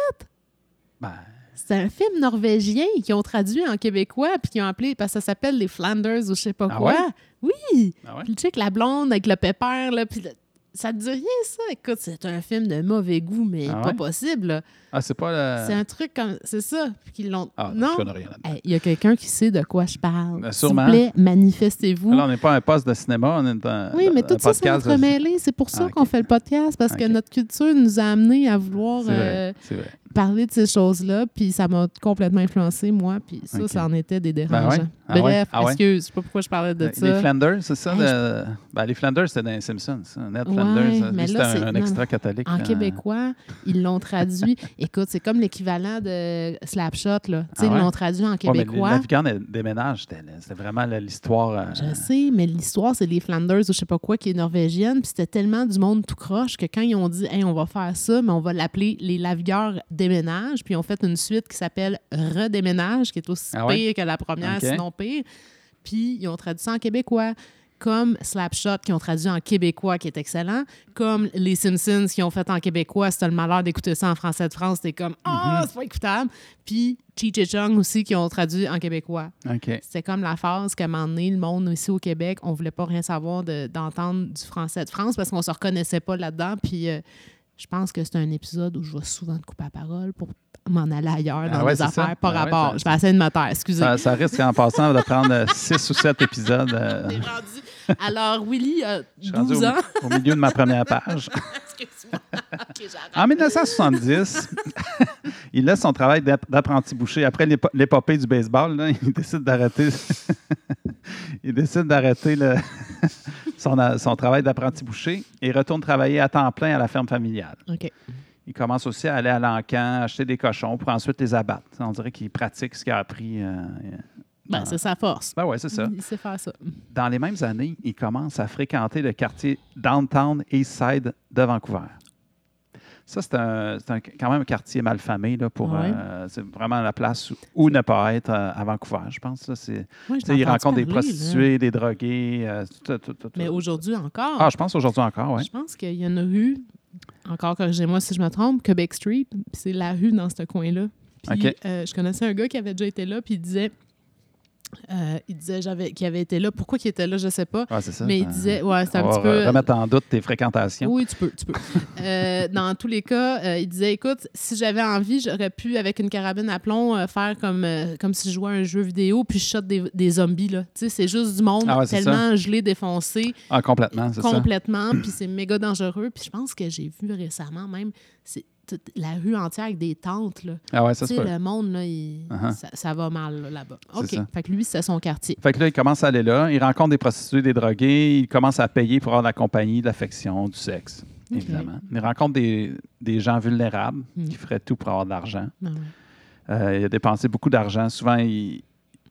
Ben, C'est un film norvégien qu'ils ont traduit en québécois puis qu'ils ont appelé, parce que ça s'appelle Les Flanders ou je sais pas Ah quoi. Oui! ah ouais? Puis tu sais que la blonde avec le pépère, là, puis le- ça te dit rien, ça? Écoute, c'est un film de mauvais goût, mais Ah pas ouais? possible. là. Ah, c'est pas le. C'est un truc comme... C'est ça. Puis qu'ils l'ont... Ah, je non? connais rien là-dedans. Hey, Eh, Il y a quelqu'un qui sait de quoi je parle. Ben, S'il sûrement. vous plaît, manifestez-vous. Alors, on n'est pas un poste de cinéma, on est un. Ah Oui, mais un tout ça, c'est podcast de- entremêlé. C'est pour ça Ah, ok. qu'on fait le podcast, parce Ok. que notre culture nous a amenés à vouloir C'est euh, vrai, c'est vrai. parler de ces choses-là, puis ça m'a complètement influencé, moi, puis ça, Ok. ça en était des dérangeants. Ben ouais. Ah Bref, ouais. Ah ouais. excuse, je sais pas pourquoi je parlais de Les- ça. Les Flanders, c'est ça? Hey, de- ben, les Flanders, c'était dans les Simpsons. ça. Ned Ouais, Flanders, hein. mais lui, c'était là, c'est- un, un non, extra catholique. hein. En là. québécois, ils l'ont traduit. Écoute, c'est comme l'équivalent de Slapshot, là. Tu sais, Ah ouais? Ils l'ont traduit en Ouais, mais le québécois. navigant des- des ménages, c'était c'était vraiment là, l'histoire. euh, je sais, mais l'histoire, c'est les Flanders ou je sais pas quoi qui est norvégienne. Puis c'était tellement du monde tout croche que quand ils ont dit, hey, on va faire ça, mais on va l'appeler les lavigueurs déménagent. Puis ils ont fait une suite qui s'appelle Redéménage, qui est aussi Ah ouais? pire que la première, Ok. sinon pire. Puis ils ont traduit ça en québécois. Comme Slapshot, qui ont traduit en québécois, qui est excellent. Comme Les Simpsons, qui ont fait en québécois. Si t'as le malheur d'écouter ça en français de France, t'es comme Ah, Mhm. c'est pas écoutable. Puis Cheech et Chong aussi, qui ont traduit en québécois. OK. C'était comme la phase qu'à un moment donné, le monde ici au Québec, on voulait pas rien savoir de- d'entendre du français de France parce qu'on se reconnaissait pas là-dedans. Puis euh, je pense que c'est un épisode où je vais souvent te couper la parole pour m'en aller ailleurs dans Ah ouais, mes c'est ça. affaires par Ah ouais, rapport. ça- je vais essayer de me taire, excusez. Ça, ça risque en passant de prendre 6 ou 7 épisodes. euh, On est rendu- Alors, Willy a je suis rendu 12 au- ans. au, milieu de ma première page. Excuse-moi. Ok, j'arrête. En 1970, il laisse son travail d'ap- d'apprenti boucher. Après l'épo- l'épopée du baseball, là, il décide d'arrêter. il décide d'arrêter le- son, a- son travail d'apprenti boucher et retourne travailler à temps plein à la ferme familiale. OK. Il commence aussi à aller à l'encan, acheter des cochons pour ensuite les abattre. On dirait qu'il pratique ce qu'il a appris. euh, euh, Ben, c'est sa force. Ben ouais, c'est ça. Il sait faire ça. Dans les mêmes années, il commence à fréquenter le quartier Downtown Eastside de Vancouver. Ça, c'est un, c'est un- quand même un quartier mal famé. Là, pour, Ouais. euh, c'est vraiment la place où, où ne pas être euh, à Vancouver, je pense. Là, c'est, Moi, je tu sais, l'ai entendu il rencontre des parler, là. prostituées, des drogués. euh, tout, tout, tout, tout. Mais aujourd'hui encore. Ah, je pense aujourd'hui encore, oui. Je pense qu'il y a une rue, encore corrigez-moi si je me trompe, Quebec Street, puis c'est la rue dans ce coin-là. Puis OK. euh, je connaissais un gars qui avait déjà été là, puis il disait, euh, il disait j'avais, qu'il avait été là. Pourquoi qu'il était là, je sais pas. Ouais, c'est ça. Mais il Euh, disait, ouais, c'est un on va petit peu. remettre en doute tes fréquentations. Oui, tu peux, tu peux. Euh, dans tous les cas, euh, il disait, écoute, si j'avais envie, j'aurais pu, avec une carabine à plomb, euh, faire comme, euh, comme si je jouais à un jeu vidéo, puis je shot des, des zombies, là. Tu sais, c'est juste du monde Ah ouais, c'est ça. tellement gelé, défoncé Ah, complètement, c'est ça. complètement, puis c'est méga dangereux. Puis je pense que j'ai vu récemment même, c'est toute la rue entière avec des tentes. Là. Ah ouais, Tu ça se sais, peut. le monde, là, il- Uh-huh. ça, ça va mal là, là-bas. C'est OK. ça. Fait que lui, c'est son quartier. Fait que là, il commence à aller là, il rencontre des prostituées, des drogués, il commence à payer pour avoir de la compagnie, de l'affection, du sexe, Ok. évidemment. Il rencontre des, des gens vulnérables Mm. qui feraient tout pour avoir de l'argent. Ah ouais. Euh, il a dépensé beaucoup d'argent. Souvent, il,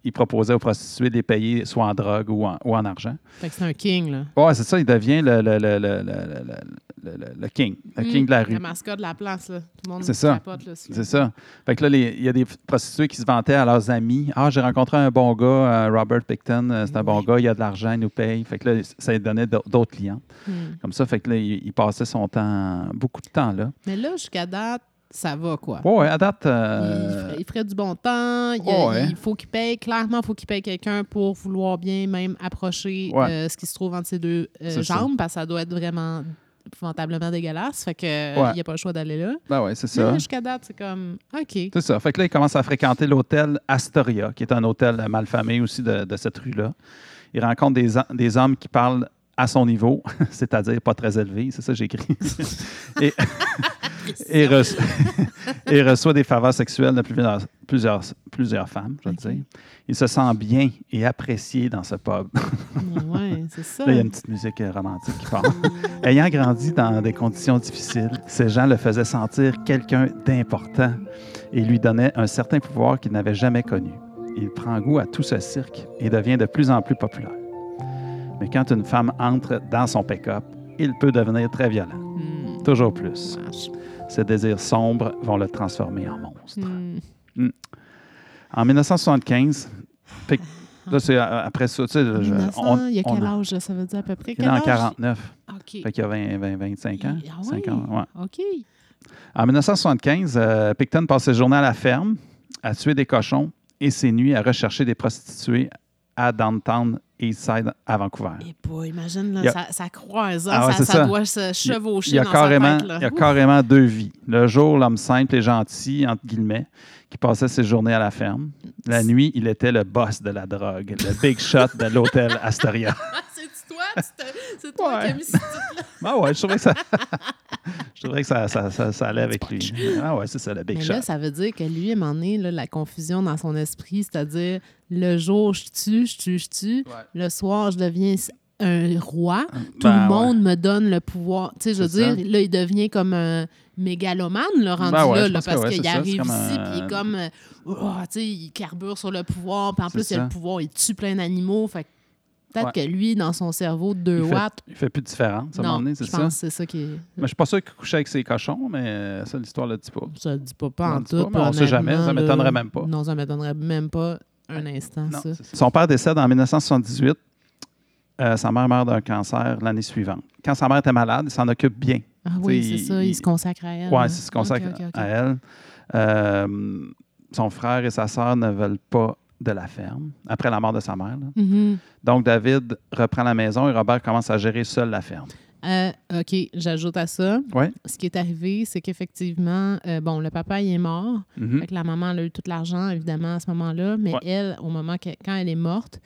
il proposait aux prostituées de les payer soit en drogue ou en, ou en argent. Fait que c'est un king, là. Ouais, c'est ça, il devient le, le- le- le- le- le- le- le- le king, le Hmm, king de la rue. Le mascotte de la place, là. Tout le monde C'est ça. capote, là. sur- C'est ça. Fait que là, les- il y a des prostituées qui se vantaient à leurs amis. Ah, j'ai rencontré un bon gars, euh, Robert Picton, euh, c'est un bon Oui. gars, il a de l'argent, il nous paye. Fait que là, ça lui donnait d'au- d'autres clients. Hmm. Comme ça, fait que là, il, il passait son temps, beaucoup de temps là. Mais là, jusqu'à date, ça va, quoi. Ouais, ouais, à date. Il- Il, euh, ferait, il ferait du bon temps. Il, y a- Ouais. il faut qu'il paye. Clairement, il faut qu'il paye quelqu'un pour vouloir bien même approcher Ouais. euh, ce qui se trouve entre ses deux euh, C'est ça. jambes parce que ça doit être vraiment épouvantablement dégueulasse. Fait que euh, Ouais. il n'y a pas le choix d'aller là. ben ouais, c'est Mais ça. là, jusqu'à date, c'est comme OK. C'est ça. Fait que là, il commence à fréquenter l'hôtel Astoria, qui est un hôtel euh, malfamé aussi de, de cette rue-là. Il rencontre des, hom- des hommes qui parlent à son niveau, c'est-à-dire pas très élevé, c'est ça que j'ai écrit. et, et, reço- et reçoit des faveurs sexuelles de plus, vulnéra- plusieurs, plusieurs femmes, je veux Ok. dire. Il se sent bien et apprécié dans ce pub. ouais, c'est ça. Là, il y a une petite musique euh, romantique qui part. Ayant grandi dans des conditions difficiles, ces gens le faisaient sentir quelqu'un d'important et lui donnaient un certain pouvoir qu'il n'avait jamais connu. Il prend goût à tout ce cirque et devient de plus en plus populaire. Mais quand une femme entre dans son pick-up, il peut devenir très violent, Hmm, toujours plus. ça marche. Ses désirs sombres vont le transformer en monstre. Hmm. En 1975, Pic- là, c'est, euh, après ça, tu sais, je- 1900, on- il y a on- quel âge, là, ça veut dire à peu près? il Quel est en âge? 49, OK. fait qu'il y a 20, 20, 25 ans. Ah oui? 5 ans, ouais. OK. En 1975, euh, Picton passe ses journées à la ferme, à tuer des cochons et ses nuits à rechercher des prostituées à Downtown Eastside à Vancouver. Et Eh boy, imagine, là, Il y a- ça, ça croise, hein, Ah ouais, ça, c'est ça ça. doit se chevaucher Il y a, dans carrément, sa tête. Là. il y a carrément deux vies. Le jour, l'homme simple et gentil, entre guillemets, qui passait ses journées à la ferme. La nuit, il était le boss de la drogue, le big shot de l'hôtel Astoria. c'est toi, tu te- c'est toi Ouais. qui as mis ce titre-là. Ah ouais, je trouvais que ça, je trouvais que ça, ça- ça- ça allait avec lui. Ah ouais, c'est ça, le big Mais shot. là, ça veut dire que lui, à un moment donné, là, la confusion dans son esprit, c'est-à-dire le jour, je tue, je tue, je tue. Le soir, je deviens s- un roi. Tout Ben le ouais. monde me donne le pouvoir. Tu sais, je veux C'est dire, là, il devient comme un mégalomane, le rendu Ben ouais, là, je là, pense que parce ouais, qu'il c'est ça, c'est arrive comme ici, un- puis il est comme, euh, oh, tu sais, il carbure sur le pouvoir, puis en C'est plus, il a ça. le pouvoir, il tue plein d'animaux. Fait que peut-être que lui, dans son cerveau de 2 Il fait, watts, il fait plus de différence à un moment non, donné, je c'est pense ça? que c'est ça qui est. Mais je suis pas sûr qu'il couchait avec ses cochons, mais euh, ça, l'histoire le dit pas. Ça le dit pas, pas On en le dit tout. pas, mais on sait jamais, ça honnêtement, m'étonnerait là, même pas. Non, ça m'étonnerait même pas un instant, Non, ça. c'est ça. Son père décède en 1978. Euh, sa mère meurt d'un cancer l'année suivante. Quand sa mère était malade, il s'en occupe bien. Ah oui, Tu sais, c'est ça, il, il- se consacre à elle. Oui, hein? c'est ce qu'on sait Ok, ok, ok. à elle. Euh, son frère et sa sœur ne veulent pas de la ferme après la mort de sa mère. là. Mhm. Donc, David reprend la maison et Robert commence à gérer seul la ferme. Euh, OK, j'ajoute à ça. Ouais. Ce qui est arrivé, c'est qu'effectivement, euh, bon, le papa, il est mort. Mhm. Fait que la maman, elle a eu tout l'argent, évidemment, à ce moment-là. Mais Ouais. elle, au moment que, quand elle est morte,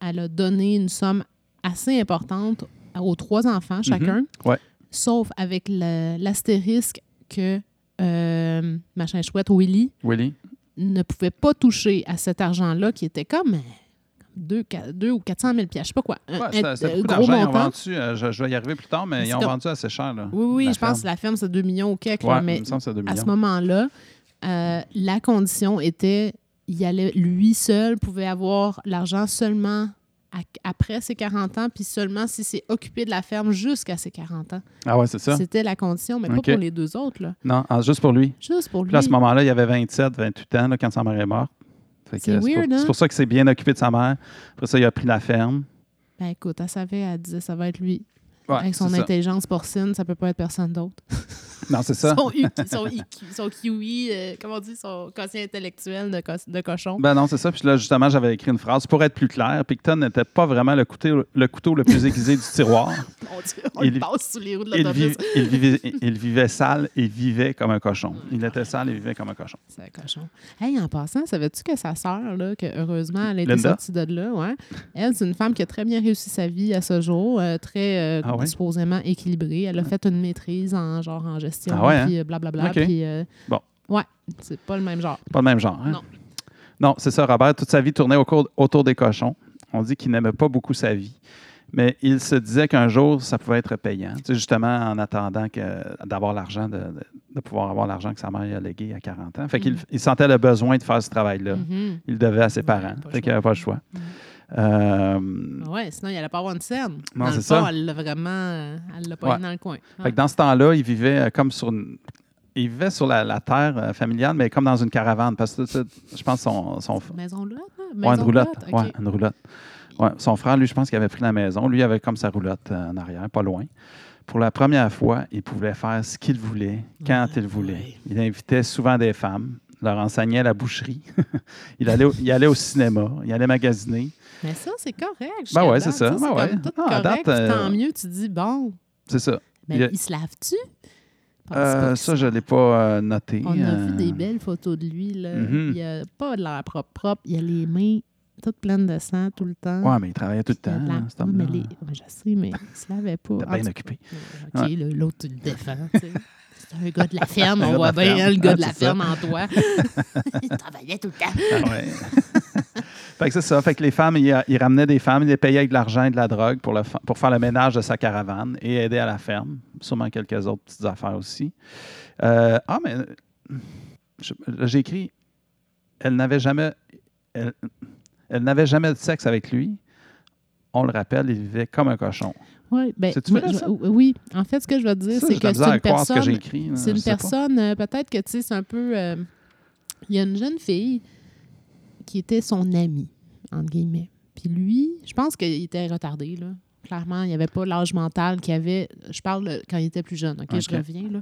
elle a donné une somme assez importante aux trois enfants, chacun. Mhm. Ouais. Sauf avec le- l'astérisque que euh, Machin Chouette, Willy, Willy? ne pouvait pas toucher à cet argent-là qui était comme 2 ou 400 000 piastres, je sais pas quoi. Un- Ouais, un- c'était c'était euh, beaucoup gros d'argent. Ils ont montant. vendu, euh, je, je vais y arriver plus tard, mais C'est ils ont comme- vendu assez cher. Là, Oui, oui, la je pense que ferme. la ferme, c'est 2 millions au quelque, Ouais, il mais me semble que c'est 2 à ce millions. moment-là, euh, la condition était, il allait, lui seul pouvait avoir l'argent seulement à- après ses 40 ans, puis seulement si s'est occupé de la ferme jusqu'à ses 40 ans. Ah ouais, c'est ça? C'était la condition, mais OK. pas pour les deux autres, là. Non, ah, juste pour lui. juste pour lui. Puis là, à ce moment-là, il avait 27, 28 ans là, quand sa mère est morte. Fait que, C'est euh, pour- weird, hein? c'est pour ça qu'il s'est bien occupé de sa mère. Après ça, il a pris la ferme. Ben écoute, elle savait, elle disait, ça va être lui. Ouais, Avec son c'est ça. intelligence porcine, ça peut pas être personne d'autre. Non, c'est ça. son, IQ, son, IQ, son QI, euh, comment on dit, son quotient intellectuel de, co- de cochon. Ben non, c'est ça. Puis là, justement, j'avais écrit une phrase. Pour être plus clair, Picton n'était pas vraiment le couteau le, couteau le plus aiguisé du tiroir. Mon Dieu, on Mm. il- le passe sous les roues de Il, l'autobus. viv- il vivait, il vivait sale et vivait comme un cochon. Il était sale et vivait comme un cochon. C'est un cochon. Hey, en passant, savais-tu que sa sœur, là, que heureusement, elle a été Linda? sortie de là, ouais, elle, c'est une femme qui a très bien réussi sa vie à ce jour, euh, très euh, Ah ouais? supposément équilibrée. Elle a fait une maîtrise en genre en gestion, Ah ouais, hein? puis euh, blablabla. OK. puis, euh, Bon. Ouais, c'est pas le même genre. Pas le même genre. hein? Non. Non, c'est ça, Robert. Toute sa vie tournait au cours- autour des cochons. On dit qu'il n'aimait pas beaucoup sa vie. Mais il se disait qu'un jour, ça pouvait être payant. Tu sais, justement, en attendant que- d'avoir l'argent, de, de- de pouvoir avoir l'argent que sa mère lui a légué à 40 ans. Fait qu'il Mhm. il sentait le besoin de faire ce travail-là. Mhm. Il le devait à ses Ouais, pas parents. le Fait choix. qu'il n'avait pas le choix. Mhm. Euh, Ah Ouais, sinon, il allait pas avoir une scène. Non, Dans c'est le ça. fond, Elle l'a vraiment. euh, Elle l'a pas Ouais. mis dans le coin. Ah. Fait que dans ce temps-là, il vivait euh, comme sur une- Il vivait sur la, la terre euh, familiale, mais comme dans une caravane. Parce que, tu sais, je pense, son, son, Maison de l'autre, là? Ouais, une Maison roulotte. de l'autre, Ouais, ok. une roulotte. Ouais, Son frère, lui, je pense qu'il avait pris la maison. Lui, il avait comme sa roulotte euh, en arrière, pas loin. Pour la première fois, il pouvait faire ce qu'il voulait, quand Ouais, il voulait. ouais. Il invitait souvent des femmes, leur enseignait à la boucherie. il, allait au, il allait au cinéma, il allait magasiner. Mais ça, c'est correct. jusqu'à Ben ouais, date, c'est ça. Ben c'est ouais. comme tout Non, à correct. date, puis euh, Tant mieux, tu dis, bon, C'est ça. mais il y a- il se lave-tu? Pense Euh, pas que ça, je ne l'ai pas euh, noté. On a Euh, vu des belles photos de lui, là. Mhm. Il a pas de l'air propre, propre. Il a les mains toute pleine de sang tout le temps. Ouais, mais il travaillait tout le temps, C'était blanc. hein, cet Ouais, mais homme-là. les- ouais, je sais, mais il se lavait pas. était En bien tout occupé. OK, Ouais. là, l'autre, tu le défends. tu sais. C'est un gars de la ferme, Un gars on de voit la bien ferme. hein, le gars de Ah, la c'est ça. ferme en toi. il travaillait tout le temps. Ah ouais. fait que c'est ça. Fait que les femmes, il, il ramenait des femmes, il les payait avec de l'argent et de la drogue pour, le fa- pour faire le ménage de sa caravane et aider à la ferme. Sûrement quelques autres petites affaires aussi. Euh, ah, mais je- là, j'ai écrit elle n'avait jamais. Elle, elle n'avait jamais de sexe avec lui. On le rappelle, il vivait comme un cochon. Oui, ben, C'est-tu moi, vrai, je- ça? oui, en fait, ce que je veux dire, Ça, c'est j'ai de la que c'est misère à une croire ce que j'ai personne. écrit. là, C'est je une sais pas. personne, euh, peut-être que tu sais, c'est un peu. euh, Il y a une jeune fille qui était son amie, entre guillemets. Puis lui, je pense qu'il était retardé, là. Clairement, il n'y avait pas l'âge mental qu'il avait. Je parle euh, quand il était plus jeune, OK, je OK. reviens, là.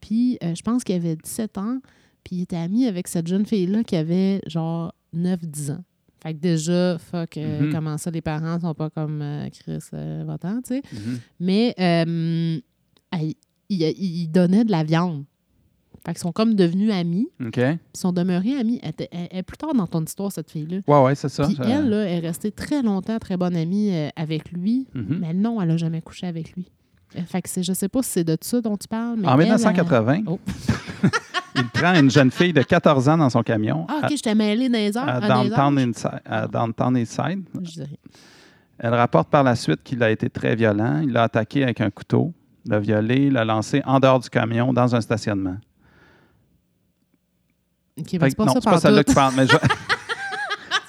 Puis euh, je pense qu'il avait 17 ans, puis il était ami avec cette jeune fille-là qui avait genre 9-10 ans. Fait que déjà, fuck, euh, Mhm. comment ça, les parents sont pas comme euh, Chris, euh, va-t'en, tu sais. Mhm. Mais euh, elle- il, il donnait de la viande. Fait qu'ils sont comme devenus amis. OK. Ouais, Ils sont demeurés amis. Elle, était- elle- elle est plus tard dans ton histoire, cette fille-là. ouais, c'est ça. Puis je- elle, là, est restée très longtemps très bonne amie euh, avec lui. Mhm. Mais non, elle n'a jamais couché avec lui. Euh, Fait que c'est- je sais pas si c'est de ça dont tu parles. Mais En elle, 1980, elle- Oh. il prend une jeune fille de 14 ans dans son camion Ah, OK, je t'ai mêlée dans les heures. à, à ah, dans les Downtown âges. Inside- à Downtown Eastside. Je dirais. Elle rapporte par la suite qu'il a été très violent. Il l'a attaqué avec un couteau, l'a violé, l'a lancé en dehors du camion dans un stationnement. OK, mais Fait Ben, c'est que pas non, ça c'est pas par celle-là que tu parles. Mais je...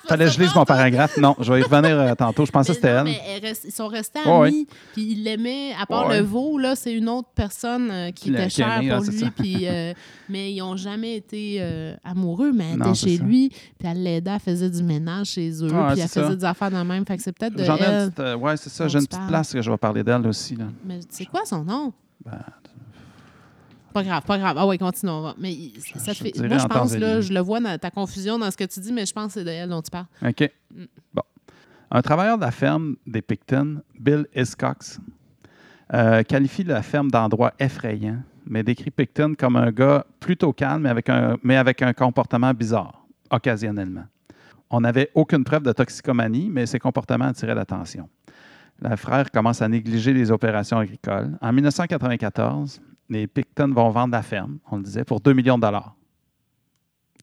Fallait que je lise mon paragraphe. Non, je vais y revenir euh, tantôt. Je pensais que Mais c'était non, elle. mais elle reste- ils sont restés Ouais, ouais. amis. Puis il l'aimait, à part Ouais. le veau, là, c'est une autre personne euh, qui Qui l'a- était qui chère aimait, pour ouais, c'est lui. ça. puis, euh, mais ils n'ont jamais été euh, amoureux, mais elle Non, était c'est chez ça. lui. Puis elle l'aidait, elle faisait du ménage chez eux. Ouais, puis elle c'est faisait ça. des affaires de même. Fait que c'est peut-être de J'en ai une elle. petite, euh, ouais, c'est ça. dont J'ai une tu petite parles. place que je vais parler d'elle aussi. Là. Mais c'est quoi son nom? Ben, Pas grave, pas grave. Ah ouais, continuons. on va. Mais il- ça je fait... te dirai Moi, je en temps pense, et là, lieu. je le vois dans ta confusion dans ce que tu dis, mais je pense que c'est de elle dont tu parles. OK. Bon. Un travailleur de la ferme des Picton, Bill Hiscox, euh, qualifie la ferme d'endroit effrayant, mais décrit Picton comme un gars plutôt calme, mais avec un, mais avec un comportement bizarre, occasionnellement. On n'avait aucune preuve de toxicomanie, mais ses comportements attiraient l'attention. Le frère commence à négliger les opérations agricoles. En 1994, les Picton vont vendre la ferme, on le disait, pour 2 millions de dollars.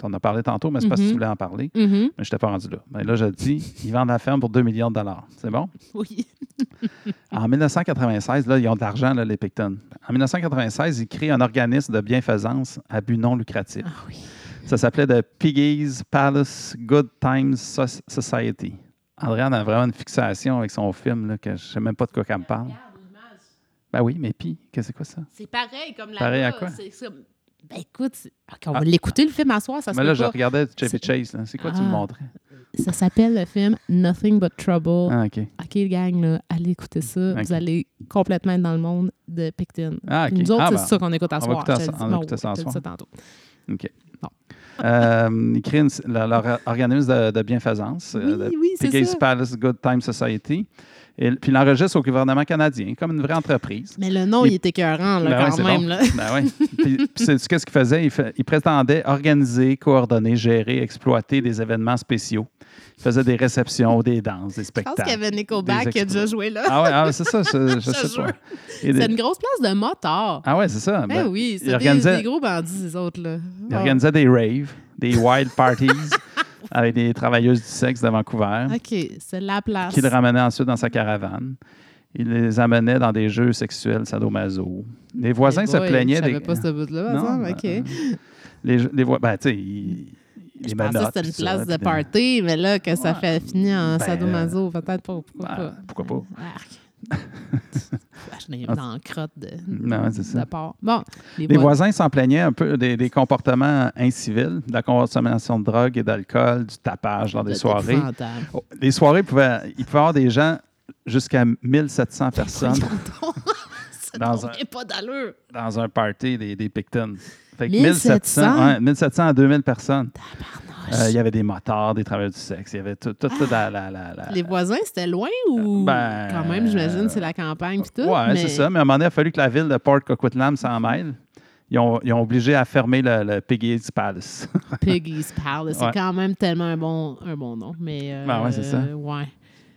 On en a parlé tantôt, mais c'est pas si Mhm. tu voulais en parler. Mhm. Mais je n'étais pas rendu là. Mais là, je le dis, ils vendent la ferme pour 2 millions de dollars. C'est bon? Oui. En 1996, là, ils ont de l'argent, là, les Picton. En 1996, ils créent un organisme de bienfaisance à but non lucratif. Ah oui. Ça s'appelait The Piggies Palace Good Times So- Society. Andréane a vraiment une fixation avec son film, là, que je ne sais même pas de quoi qu'elle me parle. Ben oui, mais puis, qu'est-ce que c'est quoi ça? C'est pareil comme la. Pareil à quoi? Ah. Ben écoute, c'est- OK, on va l'écouter le film à soir, ça se mais là, peut je pas. regardais Chevy C'est- Chase. là. C'est quoi tu me Ah. montrais? Ça s'appelle le film Nothing But Trouble. Ah, OK. OK, gang, là, allez écouter ça. Ok. Vous allez complètement être dans le monde de Picton. Ah, OK. Nous autres, Ah, c'est ben, ça qu'on écoute à on va soir. écouter je ça- te le on dis. va Bon, écouter ça à je te le dis soir. tantôt. OK. Bon. Euh, ils créent une- leur, leur organisme de, de bienfaisance, Oui, euh, de oui, c'est Piggy's ça. Palace Good Time Society, et, puis l'enregistre au gouvernement canadien comme une vraie entreprise. Mais le nom, Il- il est écœurant, là, Ben ouais, quand c'est même. bon. là. Ben ouais. Puis, puis c'est qu'est-ce qu'il faisait? Il, fa- il prétendait organiser, coordonner, gérer, exploiter des événements spéciaux. Il faisait des réceptions, des danses, Je pense qu'il y des spectacles. avait Nickelback Des qui a exploits. déjà joué là. Ah ouais, ah ouais, c'est ça, c'est- je Je sais jure. pas. Et des- C'est une grosse place de motard. Ah ouais, c'est ça. Ben, Ben, oui, c'est il des, organisait- des gros bandits, les autres. Là. Il Ah. organisait des raves, des wild parties avec des travailleuses du sexe de Ah, Vancouver, OK, c'est la place. qu'il ramenait ensuite dans sa caravane. Il les amenait dans des jeux sexuels sadomaso. Les voisins Eh se boy, plaignaient Je des. savais pas ce bout-là, par Non, exemple. ben, OK. Les, les voisins. Ben, tu sais, ils- Je ils les pensais que menottent, c'était une puis ça, place de puis des- party, mais là, que ça Ouais. fait fini en Ben, sadomaso, peut-être pas. Pourquoi Ben, pas? Euh, pourquoi pas? Arc. Ah, Je n'ai dans la crotte de, Non, c'est ça. de porc. Bon, les, Les voix- voisins s'en plaignaient un peu des, des comportements incivils, de la consommation de drogue et d'alcool, du tapage lors des de- soirées. épouvantable. Oh, Les soirées, pouvaient, il pouvait y avoir des gens jusqu'à 1700 personnes Voyons donc, Ça Dans n'a un- Euh, pas d'allure. dans un party des, des Picton. Fait que 1700? 1700, ouais, 1700 à 2000 personnes. Tabarnouche. Euh, Il y avait des motards, des travailleurs du sexe. Il y avait tout, tout, Ah! tout la, la, la, la- les voisins, c'était loin ou Ben, quand même, j'imagine, c'est la campagne puis tout. Ouais, mais- Mhm. c'est ça. Mais à un moment donné, il a fallu que la ville de Port Coquitlam s'en mêle. ils ont, ils ont obligé à fermer le, le Piggy's Palace. Piggy's Palace. Ouais. C'est quand même tellement un bon, un bon nom. Mais, euh, Ben ouais, c'est ça. euh, ouais.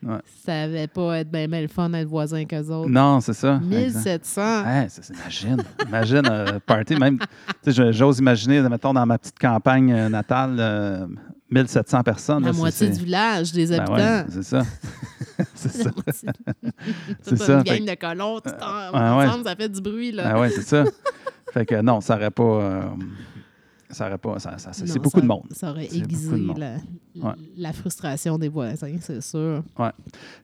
Ouais. Ça devait pas être bien le fun d'être voisin qu'eux autres. non, c'est ça. exact. 1700. Ouais, ça, c'est- imagine, imagine, euh, party, même, tu sais, je- j'ose imaginer, mettons, dans ma petite campagne euh, natale, euh, 1700 personnes. La là, c'est- moitié c'est- du village des Ben habitants. ouais, c'est ça. c'est ça. C'est ça, une fait gang de colons. tout en- Ah ouais. ensemble, Ça fait du bruit. Là. Ah ouais, c'est ça. fait que non, ça aurait pas. euh, ça aurait pas. ça- ça- ça- c'est Non, beaucoup ça- de monde. Ça aurait C'est beaucoup de aiguisé monde. la, Ouais. la frustration des voisins, c'est sûr.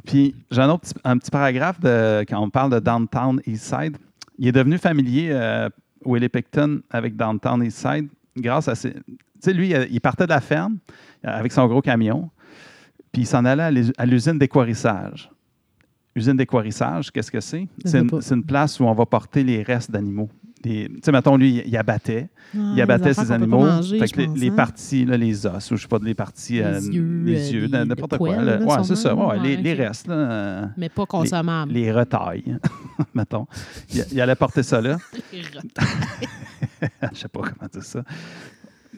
Puis j'ai un autre petit, un petit paragraphe de, quand on parle de Downtown Eastside. Il est devenu familier, euh, Willie Picton, avec Downtown Eastside grâce à ses. Tu sais, lui, il il partait de la ferme euh, avec son gros camion, puis il s'en allait à l'us- à l'usine d'équarrissage. Usine d'équarrissage, qu'est-ce que c'est? Je C'est sais une, pas. c'est une place où on va porter les restes d'animaux. Des- Tu sais, mettons, lui, il- il abattait. Ah, Hein, Il abattait ses animaux. Fait que les, les parties, là, les os, ou je sais pas, les parties, Les euh, yeux, euh, les yeux, les- na- les n'importe quoi. poils, là. là, ouais, sûrement, c'est ça. ouais, ouais, les, les ok. restes, là, euh, Mais pas consommables. les retailles, mettons. Il, il allait porter ça là. je sais pas comment dire ça.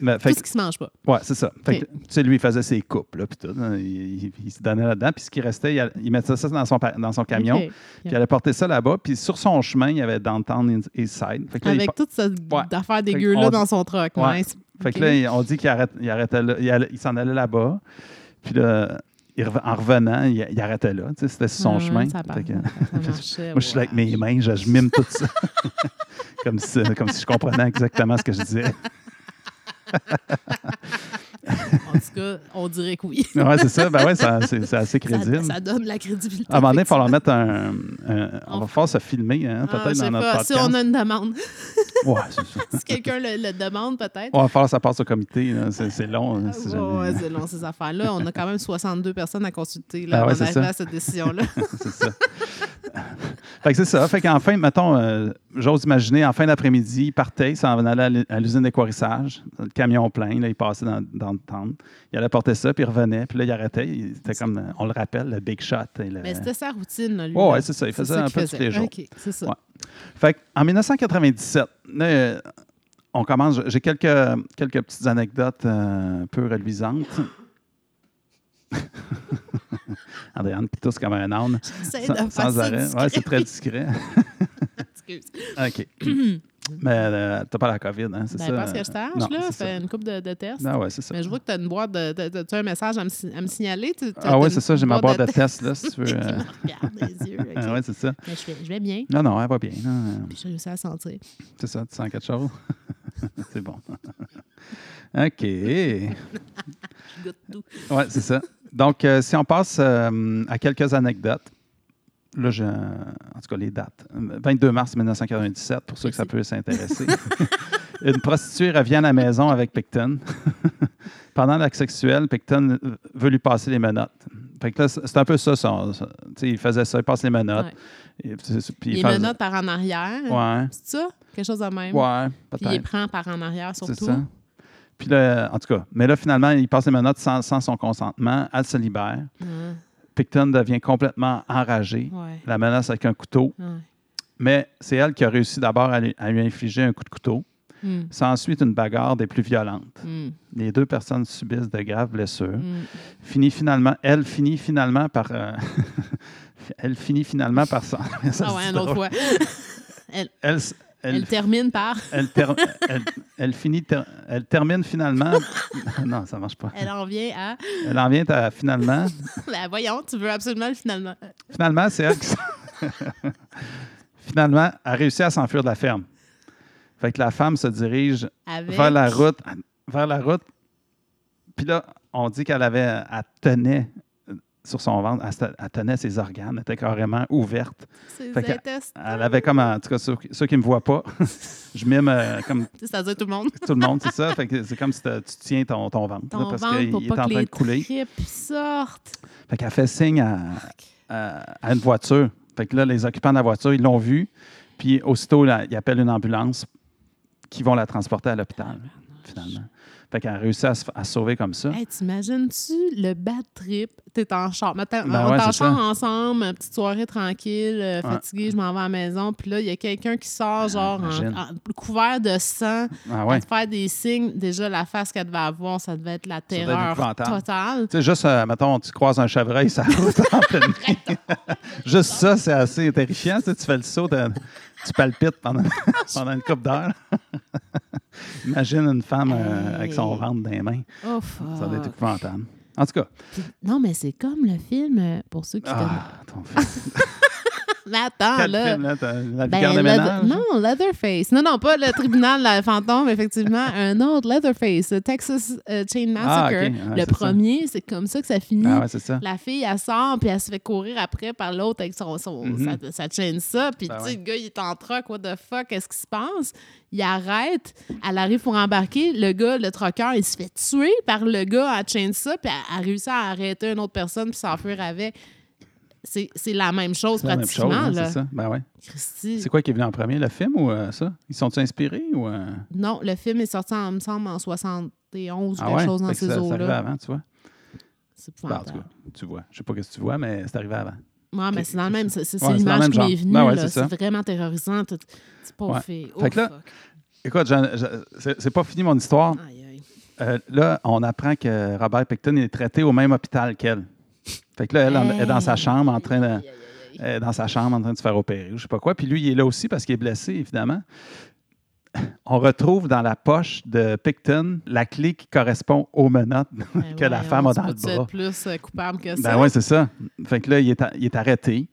Mais, fait Tout ce qui se mange pas. que- ouais, c'est ça. Fait Ok. que, tu sais, lui, il faisait ses coupes, là, puis tout. hein, il, il- il se donnait là-dedans, puis ce qui restait, il, allait- il mettait ça dans son, pa- dans son camion, Ok. puis il allait porter ça là-bas, puis sur son chemin, il y avait Downtown Eastside. Fait que là, il Avec toute cette Ouais. affaire dégueu-là on- dans son truck. Ouais. nice. Fait que Ok. là, il- on dit qu'il arrête- il arrêtait là, il, allait- il s'en allait là-bas. Puis là, il rev- en revenant, il, il arrêtait là. Tu sais, C'était sur son Ouais, chemin. Ça, part. Fait que- Ça marchait, moi, je suis là avec ouais. mes mains, je, je mime tout ça. comme, si, comme si je comprenais exactement ce que je disais. En tout cas, on dirait que oui. Ouais, c'est ça. Ben ouais, ça- c'est c'est assez crédible. Ça, ça donne la crédibilité. à un moment donné, il faut leur mettre un. un- on va On- faire se filmer, Ah, hein, peut-être, je sais dans notre pas. Si podcast. on a une demande, Ouais, c'est ça. si quelqu'un le, le demande, peut-être. On va faire ça passe au comité. là. C'est c'est long. hein, Ah, c'est ouais, jamais- ouais, c'est long, ces affaires-là. On a quand même 62 personnes à consulter Ah là, ouais, avant c'est d'arriver ça. à cette décision-là. c'est ça. fait que c'est ça. Fait qu'enfin, mettons, euh, j'ose imaginer, en fin d'après-midi, il partait, il s'en allait à l'u- à l'usine d'équarrissage, le camion plein, là, il passait dans, dans le temple. Il allait porter ça, puis il revenait, puis là, il arrêtait. Il- C'était comme, euh, on le rappelle, le big shot. et le- Mais c'était sa routine, là, lui. Ouais, là. ouais, c'est ça. Il faisait un qu'il peu tous les jours. OK, c'est ça. Ouais. Fait qu'en 1997, là, euh, on commence. J'ai quelques, quelques petites anecdotes euh, un peu reluisantes. Andréane qui tousse comme un âne. J'essaie de Sans, faire sans ça arrêt. discret. Ouais, c'est très discret. Excuse. OK. Mais euh, t'as pas la COVID, hein, c'est Ben, ça? parce que je Non, tâche, là, c'est fait une coupe de, de tests. Ah ouais, c'est ça. Mais je vois que tu as une boîte de. de- de- tu as un message à me, si- à me signaler. Tu- t'as- Ah ouais, t'as c'est une ça, j'ai ma boîte de tests. test, là, si tu veux. Qui euh. me regarde des yeux. ok. Ah ouais, c'est ça. Mais je, fais- je vais bien. Non, non, elle va bien. non, Puis j'ai réussi à sentir. C'est ça, tu sens quelque chose? c'est bon. OK. Je goûte tout. Ouais, c'est ça. Donc, euh, si on passe euh, à quelques anecdotes, là, j'ai, euh, en tout cas, les dates. 22 mars 1997, pour ceux que ça Merci. peut s'intéresser. Une prostituée revient à la maison avec Picton. Pendant l'acte sexuel, Picton veut lui passer les menottes. Fait que là, c'est c'est un peu ça. son- son- tu sais, il faisait ça, il passe les menottes. Ouais. Et puis c'est- puis il Les faisait- menottes par en arrière. Ouais, C'est ça? Quelque chose de même. ouais, Puis il les peut-être. prend par en arrière, surtout. C'est ça. Puis là, en tout cas, mais là, finalement, il passe les menottes sans, sans son consentement. Elle se libère. Ah, Picton devient complètement enragé, ouais. la menace avec un couteau, ouais. mais c'est elle qui a réussi d'abord à, lui- à lui infliger un coup de couteau. Hum, C'est ensuite une bagarre des plus violentes. hum, Les deux personnes subissent de graves blessures. hum. Finit finalement, elle finit finalement par... euh, elle finit finalement par... s'en- ça Ah se ouais, dit une autre drôle. fois. Elle, s- Elle, elle, termine par. elle ter- elle- elle finit ter- elle termine finalement... non, ça marche pas. Elle en vient à. Elle en vient à finalement... Ben voyons, tu veux absolument le finalement. Finalement, c'est elle qui s- Finalement, a réussi à s'enfuir de la ferme. Fait que la femme se dirige Avec. vers la route. Vers la route. Puis là, on dit qu'elle avait. Elle tenait sur son ventre, elle, se- elle tenait ses organes, elle était carrément ouverte. Ses Fait que- intestins. Elle avait comme, en tout cas, ceux, ceux qui ne me voient pas, je mime euh, comme C'est-à-dire tout le monde. tout le monde, c'est ça. Fait que c'est comme si t'as- tu tiens ton, ton ventre, là, Ton parce ventre qu'il pour est en pas que train les de couler. tripes sortent. Fait qu'elle fait signe à, à- à une voiture. Fait que là, les occupants de la voiture, ils l'ont vu. Puis aussitôt, là, ils appellent une ambulance qui vont la transporter à l'hôpital, finalement. Fait qu'elle a réussi à se, à se sauver comme ça. Hey, T'imagines-tu le bad trip? T'es en char. Mettons, Ben on ouais, est en c'est char ça. ensemble, une petite soirée tranquille, euh, Ouais. Ah, fatiguée, je m'en vais à la maison. Puis là, il y a quelqu'un qui sort, genre, en- imagine. en- couvert de sang, Ah pour ouais. te faire des signes. Déjà, la face qu'elle devait avoir, ça devait être la devait être terreur épouvantable. totale. Tu sais, juste, euh, mettons, tu croises un chevreuil, ça route en pleine nuit. Juste ça, c'est assez terrifiant. Tu, sais, tu fais le saut, de- tu palpites pendant, pendant une coupe d'heure. Imagine une femme euh, avec son Hey. ventre dans les mains. Oh, Ça doit être fuck. épouvantable. En tout cas, Non, mais c'est comme le film, euh, pour ceux qui connaissent. ah, ton fils. Mais attends, Quel Ah, là. film, là, t'as- la Ben, vicarde de Leather- ménage? non, Leatherface. Non, non, pas le tribunal la fantôme, effectivement. Un autre, Leatherface, le Texas euh, Chain Ah, Massacre. ok. Ouais, le c'est ça. premier, c'est comme ça que ça finit. Ah ouais, c'est ça. La fille, elle sort, puis elle se fait courir après par l'autre avec son, son- Mhm. sa, sa chaîne ça. Puis, Ben tu sais, ouais. le gars, il est en truck, what the fuck, qu'est-ce qui se passe? Il arrête, elle arrive pour embarquer. Le gars, le trucker, il se fait tuer par le gars à chaîne ça, puis elle, elle réussit à arrêter une autre personne, puis s'enfuir avec. C'est c'est la même chose, C'est la même pratiquement. chose, hein, là. c'est ça. Ben ouais. Christy. C'est quoi qui est venu en premier, le film ou euh, ça? Ils sont-ils inspirés ou... euh? Non, le film est sorti, il me semble, en 71 ou Ah quelque ouais? chose dans Fait que ces ça, ça arrivait eaux-là. avant, tu vois? C'est Ben, en tout épouvantable. cas, tu vois. Je sais pas ce que tu vois, mais c'est arrivé avant. Ouais, mais c'est dans le même. C'est c'est Ouais, c'est dans le l'image même qui m'est genre. venue. Ben ouais, là. c'est ça. c'est vraiment terrorisant. T'es- C'est pas Ouais. fait. Oh, Fait que là- fuck. Écoute, j'en- je- c'est c'est pas fini mon histoire. Aïe, aïe. Euh, là, on apprend que Robert Picton est traité au même hôpital qu'elle. Fait que là, elle en- est dans sa chambre en train de... Aïe, aïe, aïe. elle est dans sa chambre en train de se faire opérer ou je sais pas quoi. Puis lui, il est là aussi parce qu'il est blessé, évidemment. On retrouve dans la poche de Picton la clé qui correspond aux menottes Ben que la voyons, femme a tu dans le peux-tu bras. être plus euh, coupable que ça. Ben oui, c'est ça. Fait que là, il est, a- il est arrêté,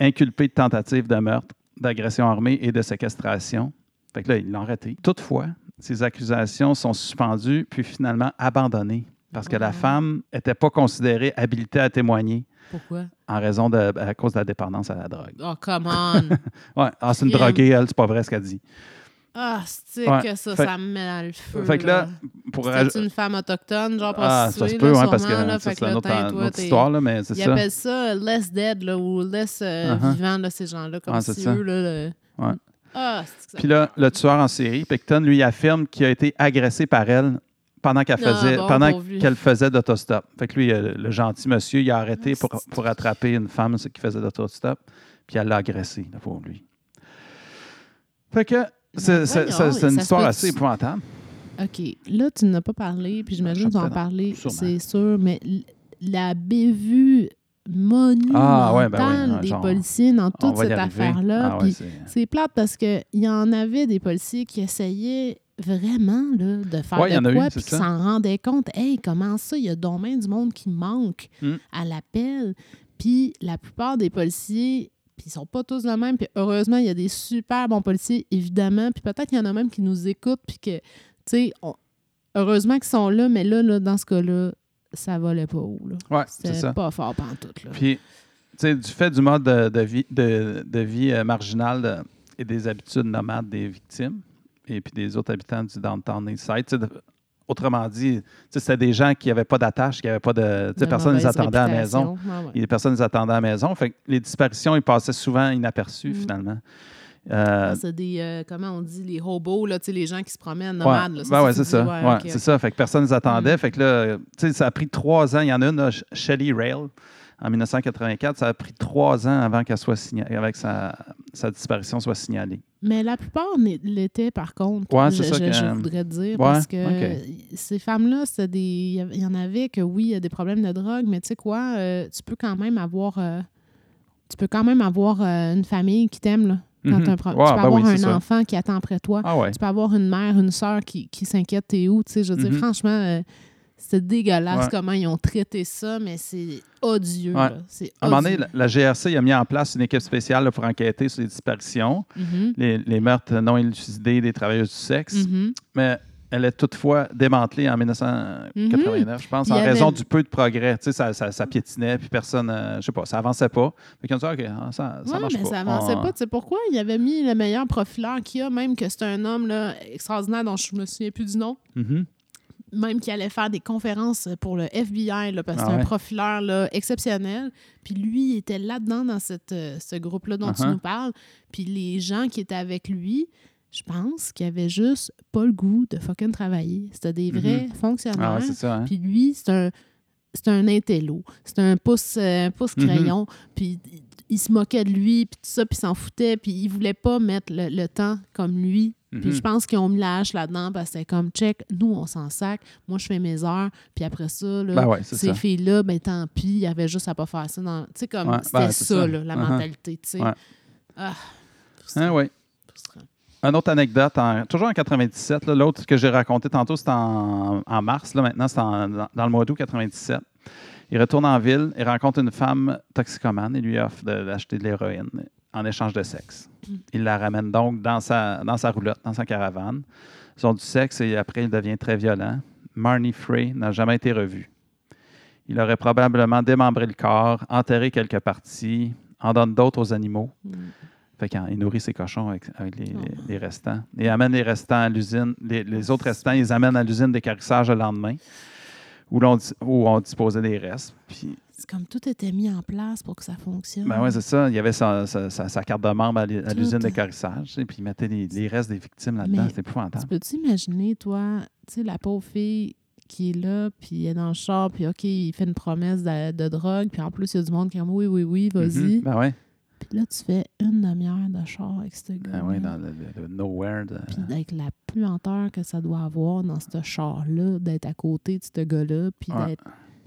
inculpé de tentative de meurtre, d'agression armée et de séquestration. Fait que là, ils l'ont arrêté. Toutefois, ces accusations sont suspendues puis finalement abandonnées parce que la Ouais. femme n'était pas considérée habilitée à témoigner Pourquoi? en raison de à cause de la dépendance à la drogue. Oh, come on. Ouais, ah, c'est une Crime. droguée, elle, c'est pas vrai ce qu'elle dit. Ah, c'est Ouais. que ça, Fait- ça me met dans le feu. Fait que là, pour raj- C'est une femme autochtone, genre ah, ça se prostituée, peut, là, hein, parce que sûrement, là. ça, Fait c'est là, une autre, euh, teint, une toi, autre t'es- histoire, là, mais c'est Ils ça. appellent ça euh, less dead là, ou less euh, Uh-huh. vivant, là, ces gens-là, comme Ouais, c'est si ça. eux. Là, le- Ouais. Ah, c'est que ça- Puis là, le tueur en série, Picton, lui affirme qu'il a été agressé par elle pendant qu'elle Ah, faisait, bon, pendant pauvre lui. qu'elle faisait d'autostop. Fait que lui, euh, le gentil monsieur, il a arrêté Ah, pour, c'est- pour attraper une femme qui faisait d'autostop, puis elle l'a agressé, le pauvre lui. Fait que c'est, Mais c'est- Ben voyons, c'est- c'est une ça se histoire peut- assez épouvantable. OK. Là, tu n'as pas parlé, puis j'imagine que tu vas en Certainement. parler, Sûrement. c'est sûr, mais l- la bévue monumentale Ah, ouais, ben oui, ouais, des genre, policiers dans On toute va y cette arriver. affaire-là. Ah ouais, puis c'est- c'est plate parce qu'il y en avait des policiers qui essayaient vraiment là, de faire Ouais, il y en de a quoi, eu, puis c'est qui ça. s'en rendaient compte. Hey, comment ça, il y a domaine du monde qui manque Hmm. à l'appel. Puis la plupart des policiers, puis ils sont pas tous le même. Puis heureusement, il y a des super bons policiers, évidemment. Puis peut-être qu'il y en a même qui nous écoutent, puis que, tu sais, on- heureusement qu'ils sont là, mais là, là dans ce cas-là, ça valait pas haut. là. ouais, c'est C'était ça. pas fort pantoute. Là. Puis, tu sais, du fait du mode de, de vie, de, de vie euh, marginale euh, et des habitudes nomades des victimes et puis des autres habitants du downtown Eastside, tu sais, de- autrement dit, tu sais, c'était des gens qui n'avaient pas d'attache, qui n'avaient pas de. Tu sais, De personne ne les mauvaise attendait à la réputation. maison. Ouais, ouais. Et personne ne les attendait à la maison. Fait que les disparitions, ils passaient souvent inaperçues, Mm. finalement. Euh, C'est des, euh, comment on dit, les hobos, là, tu sais, les gens qui se promènent Ouais. nomades. là, Ben ouais, tu c'est dis, ça. ouais, Ouais, ok, Mm. c'est ça. Fait que personne ne les attendait. Fait que là, euh, tu sais, ça a pris trois ans. Il y en a une, là, Sh- Shelley Rail, en 1984. Ça a pris trois ans avant qu'elle soit signalée, avec sa, sa disparition soit signalée. Mais la plupart n'est- l'étaient, par contre. Ouais, c'est je, ça je- que- je voudrais dire. Ouais, parce que ok. ces femmes-là, c'était des. Il y av- il y en avait que oui, il y a des problèmes de drogue, mais tu sais quoi, euh, tu peux quand même avoir. euh, tu peux quand même avoir euh, une famille qui t'aime, là. Quand Mhm. t'as un pro- Ouais, tu peux ben avoir oui, un c'est ça. enfant qui attend après toi. Ah ouais. Tu peux avoir une mère, une sœur qui, qui s'inquiète, t'es où, tu sais. Je veux dire, Mhm. franchement, euh, c'est dégueulasse Ouais. comment ils ont traité ça, mais c'est odieux, Ouais. là. C'est À un moment donné, odieux. la, la GRC a mis en place une équipe spéciale là, pour enquêter sur les disparitions, Mhm. les, les meurtres non élucidés des travailleurs du sexe. Mhm. Mais elle est toutefois démantelée en 1989, je pense, Il y en avait- raison du peu de progrès. Tu sais, ça, ça, ça piétinait, puis personne, euh, je sais pas, ça avançait pas. Fait qu'on dit, OK, ah, ça, ça Ouais, marche mais pas. Ah. ça avançait On- pas. Tu sais pourquoi? Il avait mis le meilleur profileur qu'il y a, même que c'est un homme là, extraordinaire dont je me souviens plus du nom, Mhm. même qui allait faire des conférences euh, pour le FBI, là, parce que Ah c'est un ouais. profileur là, exceptionnel. Puis lui, il était là-dedans dans cette, euh, ce groupe-là dont tu Uh-huh. nous parles. Puis les gens qui étaient avec lui je pense qu'il avait juste pas le goût de fucking travailler. C'était des vrais Mm-hmm. Ah, ouais, fonctionnaires. c'est ça, hein? Puis lui, c'est un, c'est un intello. C'est un pouce, euh, pouce Mhm. crayon. Puis il- il se moquait de lui, puis tout ça, puis il s'en foutait. Puis il voulait pas mettre le, le temps comme lui. Puis Mhm. je pense qu'ils ont mis la hache là-dedans parce que c'était comme check, nous on s'en sac, moi je fais mes heures, puis après ça, là, Ben ouais, c'est ces ça. filles-là, ben tant pis, il y avait juste à pas faire ça. dans- Tu sais, comme Ouais, c'était ben, c'est ça, ça. là, la Uh-huh. mentalité, tu sais. Ouais. Ah, frustrant, Hein, ouais. frustrant. Une autre anecdote, en- toujours en 97, là, l'autre que j'ai raconté tantôt, c'était en, en mars, là, maintenant c'est en- dans, dans le mois d'août 97. Il retourne en ville, il rencontre une femme toxicomane et lui offre de- d'acheter de l'héroïne en échange de sexe. Il la ramène donc dans sa, dans sa roulotte, dans sa caravane. Ils ont du sexe et après, il devient très violent. Marnie Frey n'a jamais été revu. Il aurait probablement démembré le corps, enterré quelques parties, en donne d'autres aux animaux. Fait qu'il nourrit ses cochons avec, avec les, Oh. les- les restants. Et amène les restants à l'usine. Les, les autres restants, ils amènent à l'usine d'écarissage le lendemain, où, l'on, dis- où on disposait des restes. Puis, C'est comme tout était mis en place pour que ça fonctionne. ben ouais, c'est ça. Il y avait sa, sa- sa- sa carte de membre à, l'u- à Tout. l'usine d'écarissage. Et puis, il mettait les, les restes des victimes là-dedans. Mais- C'était Tu épouvantable. peux-tu imaginer, toi, tu sais, la pauvre fille qui est là, puis elle est dans le char, puis OK, il fait une promesse de, de drogue, puis en plus, il y a du monde qui est comme oui, oui, oui, vas-y. Mhm. Ben ouais. Puis là, tu fais une demi-heure de char avec ce gars. Ben ouais, dans le, le- le nowhere. de- Puis avec la puanteur que ça doit avoir dans ce char-là, d'être à côté de ce gars-là, puis Ouais. d'être.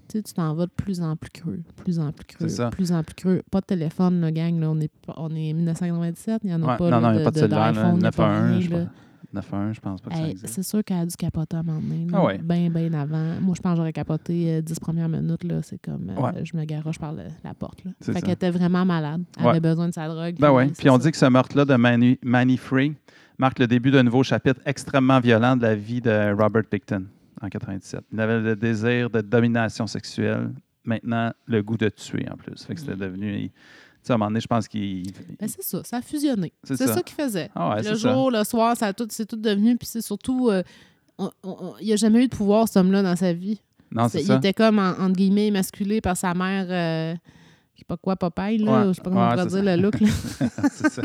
Tu sais, tu t'en vas de plus en plus creux, plus en plus creux, C'est ça. plus en plus creux. Pas de téléphone, là, gang, là, on est, pas- on est 1997, il n'y en a Ouais. pas non, là, non, il n'y a de- pas de de- cellulaire. là. d'iPhone, il y a pas 911, rien, je là. pense. 911, je pense pas que ça Hey, existe. c'est sûr qu'elle a dû capoter à un moment donné. là. Ah ouais. Ben, ben avant. Moi, je pense que j'aurais capoté euh, 10 premières minutes. là. C'est comme euh, Ouais. je me garoche par le- la porte. Là. C'est Fait ça. qu'elle était vraiment malade. Elle Ouais. avait besoin de sa drogue. Ben ouais. c'est Puis on ça. dit que ce meurtre-là de Manny, Manny Free marque le début d'un nouveau chapitre extrêmement violent de la vie de Robert Picton en 97. Il avait le désir de domination sexuelle, maintenant le goût de tuer en plus. Fait que c'était devenu. il- Tu sais, à un moment donné, je pense qu'il. Ben, c'est ça. Ça a fusionné. C'est C'est ça. ça, qu'il faisait. Ah ouais, le c'est ça. jour, le soir, ça a tout, c'est tout devenu. Puis c'est surtout. euh, on- on- on- il n'y a jamais eu de pouvoir, cet homme-là, dans sa vie. Non, C'est- c'est il ça. était comme, en, entre guillemets, masculé par sa mère. euh, je sais pas quoi, Popeye, là. Ouais. Je sais pas comment Ouais, on pourrait c'est dire le look. Là. c'est ça.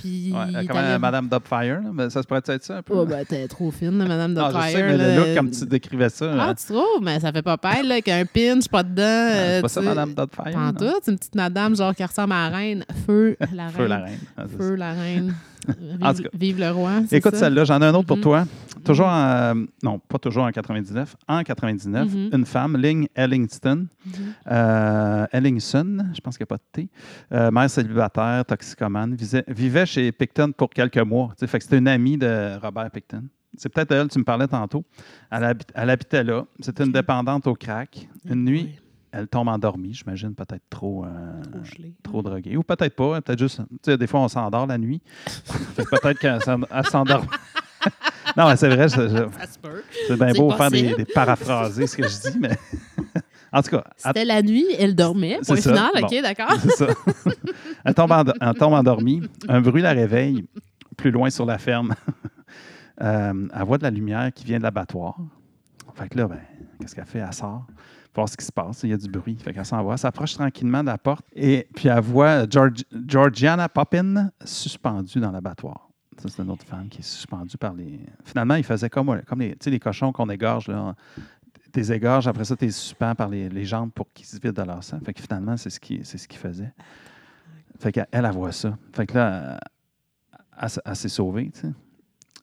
Puis. il Ouais, est comme allé- euh, Madame Dubfire, là, mais ça se pourrait être ça un peu. Oh, ben, t'es trop fine, là, Madame non, Dr. je sais, mais là. le look, comme tu décrivais ça. Ah, hein, tu trouves? Mais ça fait pas peur, là, qu'un pinch, pas dedans. euh, euh, c'est pas ça, tu sais. Madame Dubfire. Pas en non? tout, c'est une petite madame, genre, qui ressemble à la reine. Feu, la reine. Feu la reine. Ah, c'est ça. Feu, la reine. En Vive, tout cas. vive le roi. c'est Écoute ça? Mm-hmm. celle-là, j'en ai un autre pour Mhm. toi. Toujours en, euh, non, pas toujours en 99, en 99, Mhm. une femme, Ling Ellingston, Mhm. euh, Ellingson, je pense qu'il n'y a pas de T, euh, mère célibataire, toxicomane, visait- vivait chez Picton pour quelques mois. Tu sais, Fait que c'était une amie de Robert Picton. C'est peut-être elle, tu me parlais tantôt. Elle, habit- elle habitait là. C'était une Ok. dépendante au crack. Une Ouais, nuit, elle tombe endormie, j'imagine, peut-être trop, euh, trop gelé. trop droguée. Ou peut-être pas, hein, peut-être juste. Tu sais, des fois, on s'endort la nuit. Fait que peut-être qu'elle s'en- elle s'endort. non, mais c'est vrai, je- je- Ça se peut. c'est bien C'est beau faire des, possible. des paraphraser ce que je dis, mais. en tout cas, elle- C'était la nuit, elle dormait. C'est Point ça. final, Bon. OK, d'accord? c'est ça. elle, tombe endo- elle tombe endormie. Un bruit la réveille plus loin sur la ferme. Euh, elle voit de la lumière qui vient de l'abattoir. Fait que là, ben, qu'est-ce qu'elle fait? Elle sort voir ce qui se passe. Il y a du bruit. Fait qu'elle s'en va. Elle s'approche tranquillement de la porte. Et puis, elle voit Georg- Georgiana Poppin suspendue dans l'abattoir. Ça, c'est une autre femme qui est suspendue par les... Finalement, ils faisaient comme, comme les, tu sais, les cochons qu'on égorge. Là. T'es égorges, après ça, t'es suspends par les, les jambes pour qu'ils se vident de leur sang. Fait que finalement, c'est ce qu'ils ce qu'ils faisaient. Fait qu'elle, elle voit ça. Fait que là, elle, elle s- elle s'est sauvée, tu sais.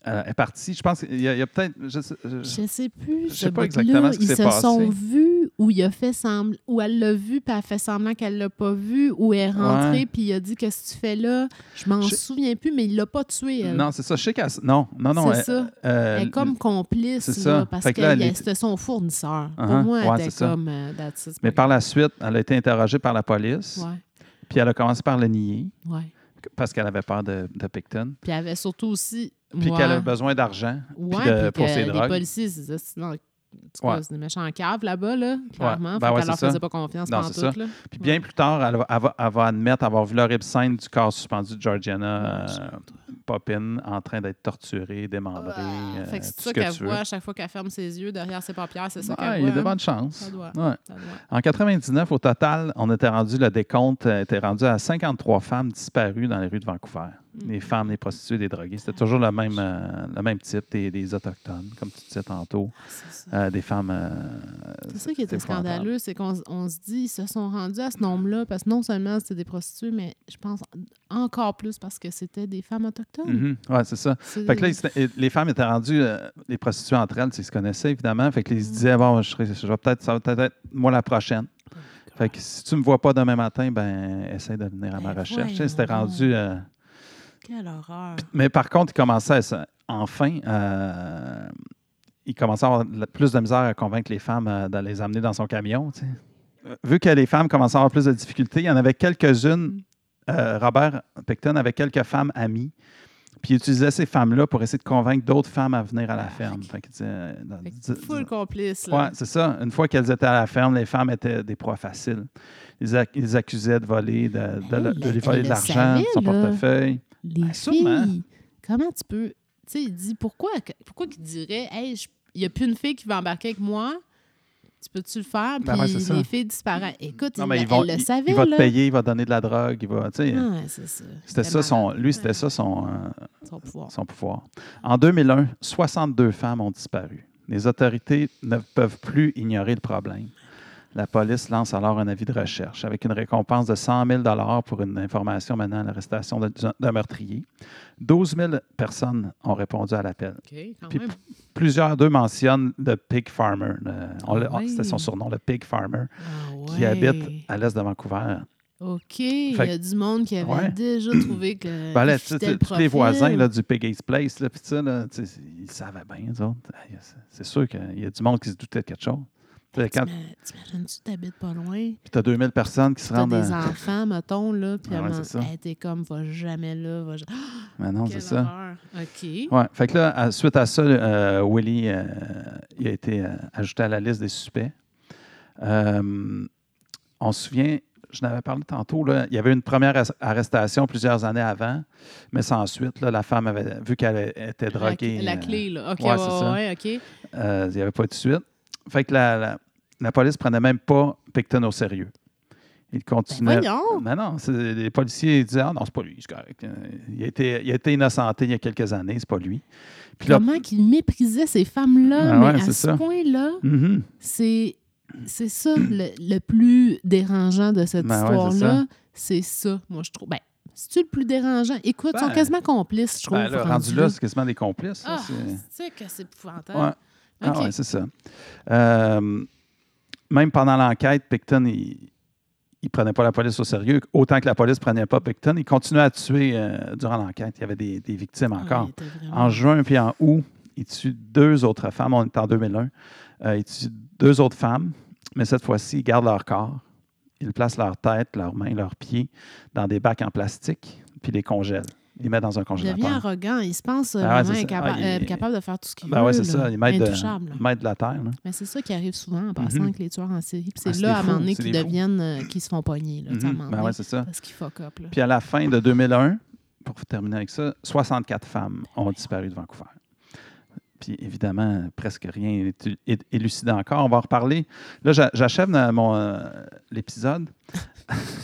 Elle est partie. Je pense qu'il y a, il y a peut-être... je sais- je- Je sais plus. Je ce sais pas bout-là. exactement ce qui Ils s'est se passé. sont vus ou il a fait semblant ou elle l'a vu puis elle a fait semblant qu'elle l'a pas vu ou elle est rentrée Ouais. puis il a dit qu'est-ce que tu fais là Je m'en Je- souviens plus mais il l'a pas tué. Elle. Non, c'est ça. Je sais qu'elle... s- Non, non, non. euh, C'est elle- ça. euh, Elle est comme complice c'est là, ça. parce Fait que là, elle que est- c'était son fournisseur. Uh-huh. Pour moi, Ouais, elle c'est était ça. comme euh, that's it, c'est Mais pas par la suite, elle a été interrogée par la police. grave. Puis elle a commencé par le nier Ouais, ouais. parce qu'elle avait peur de, de Picton. Puis elle avait surtout aussi. Puis ouais. qu'elle a besoin d'argent. Ouais, puis de- puis pour que ses les drogues. policiers, c'est ça, c'est dans- en tout cas, Ouais. c'est des méchants caves là-bas, là, clairement. Ben Fait ouais, qu'elle leur c'est ça. faisait pas confiance Non, pendant c'est tout. ça. Là. Puis bien plus tard, elle va, elle va- elle va admettre avoir vu l'horrible scène du corps suspendu de Georgiana Ouais, euh, Poppin en train d'être torturée, démembrée. euh, Ah, fait que tout c'est ce ça que qu'elle tu veux. voit à chaque fois qu'elle ferme ses yeux derrière ses paupières, c'est ça Ouais, qu'elle il y voit. a Ah, de hein. bonnes chances. Ça doit. Ouais. Ça doit. En 99, au total, on était rendu, le décompte euh, était rendu à 53 femmes disparues dans les rues de Vancouver. Mm. les femmes, les prostituées, les drogués. C'était toujours le même, euh, le même type, des, des Autochtones, comme tu disais tantôt, C'est ça. euh, des femmes. euh, C'est ça qui était épouvantable. scandaleux, c'est qu'on s- on se dit, ils se sont rendus à ce nombre-là parce que non seulement c'était des prostituées, mais je pense encore plus parce que c'était des femmes autochtones. Mhm. Ouais, c'est ça. C'est- Fait que là, ils se- et les femmes étaient rendues, euh, les prostituées entre elles, tu sais, ils se connaissaient évidemment. Fait que Mm. là, ils se disaient, Ah bon, je, serai- je vais peut-être, ça va peut-être être moi la prochaine. Oh Fait que si tu me vois pas demain matin, ben, essaie de venir à ma Ben, recherche. Tu voyons sais, C'était donc. rendu. euh, Quelle horreur! Mais par contre, ils commençaient à se- enfin, euh, il commençait à avoir de- plus de misère à convaincre les femmes euh, de les amener dans son camion. tu sais. Euh, Vu que les femmes commençaient à avoir plus de difficultés, il y en avait quelques-unes. euh, Robert Picton avait quelques femmes amies. Puis il utilisait ces femmes-là pour essayer de convaincre d'autres femmes à venir à la ferme. Fait qu'il disait, euh, dans- Ah, Fait que dis- full complice, Ouais, là. c'est ça. Une fois qu'elles étaient à la ferme, les femmes étaient des proies faciles. Ils, ac- ils accusaient de voler, de, de, Mais le- de elle lui voler le de l'argent, de son savait, là. portefeuille. Les Ben, sûrement. filles, comment tu peux... Tu sais, il dit, pourquoi, pourquoi qu'il dirait, hey, je- il n'y a plus une fille qui va embarquer avec moi, tu peux-tu le faire? Puis Ben ouais, c'est ça. les filles disparaissent. Écoute, il, elle le il- savait, il va te là. Hmm. payer, il va te donner de la drogue, il va, tu sais, Ah Ouais, c'est ça. c'était ça son, lui, c'était ça son, euh, Son pouvoir. son pouvoir. En 2001, 62 femmes ont disparu. Les autorités ne peuvent plus ignorer le problème. La police lance alors un avis de recherche avec une récompense de 100 000 pour une information menant à l'arrestation de- d'un meurtrier. 12 000 personnes ont répondu à l'appel. OK, quand Puis même. Plusieurs d'eux mentionnent le Pig Farmer. le- on le- Ah oui. C'était son surnom, le Pig Farmer, Ah qui habite ouais. à l'est de Vancouver. OK, il y a du monde qui avait Ouais. déjà trouvé que. Ben là, que tu sais, c'était tu- le tous profil. les voisins là, du Piggy's Place, là, pis ça, là, tu sais, ils savaient bien, eux autres. Aïe, c'est- C'est sûr qu'il y a du monde qui se doutait de quelque chose. Tu sais, Quand T'ima- T'imagines-tu, t'habites pas loin, tu as 2000 personnes qui se t'as rendent. des à- enfants, mettons, là, puis Ah à un ouais, moment- c'est ça. hey, t'es comme, va jamais là, va jamais. Mais Ben non, c'est ça. OK. Ouais. Fait que là, à- suite à ça, euh, Willie euh, il a été euh, ajouté à la liste des suspects. Euh, on se souvient, je n'avais parlé tantôt, là, il y avait une première as- arrestation plusieurs années avant, mais sans suite, là, la femme avait vu qu'elle était La, droguée. la euh, clé, là. OK, ouais, ouais, c'est ça. ouais, OK. Euh, il n'y avait pas de suite. Fait que la, la, la police prenait même pas Picton au sérieux. Il continuait. Ben voyons! Mais non, c'est- les policiers disaient Ah non, c'est pas lui, c'est correct. Euh, Il a, été, il a été innocenté il y a quelques années, c'est pas lui. Puis là, Comment qu'il méprisait ces femmes-là, Ah ouais, mais à c'est ce ça. point-là, Mhm. c'est. C'est ça le, le plus dérangeant de cette Ben ouais, c'est histoire-là. c'est ça, moi, je trouve. Ben, c'est-tu le plus dérangeant? Écoute, ils sont Ben, quasiment complices, je trouve. Ben là, rendus rendu là, c'est quasiment des complices. ça, Ah, c'est- c'est que c'est épouvantable. Ouais. Ah OK. ouais, c'est ça. Euh, même pendant l'enquête, Picton, il ne prenait pas la police au sérieux. Autant que la police ne prenait pas Picton, il continuait à tuer euh, durant l'enquête. Il y avait des, des victimes encore. Ouais, t'as Ah, vraiment- En juin puis en août, il tue deux autres femmes. On est en 2001. Euh, il tue deux autres femmes, mais cette fois-ci, il garde leur corps. Il place leur tête, leurs mains, leurs pieds dans des bacs en plastique, puis les congèle. Il met dans un il devient congélateur. arrogant. Il se pense euh, Ah ouais, vraiment c'est ça. incapa- Ah, il- euh, capable de faire tout ce qu'il Ben veut. ouais, c'est là. ça. Il met de, Intouchable, là. maître de la terre. là. Mais c'est ça qui arrive souvent en passant Mhm. avec les tueurs en série. Puis Ah, c'est c'est là, à un des moment fous, donné, c'est qu'ils des fous. deviennent, euh, qu'ils se font pogner. Là, tu sais, à un Mhm. moment Ben donné, ouais, c'est ça. parce qu'ils fuck up. Là. Puis à la fin de 2001, pour terminer avec ça, 64 femmes ont disparu de Vancouver. Puis évidemment, presque rien n'est élu- é- élucidé encore. On va en reparler. Là, j'a- j'achève dans mon, euh, l'épisode.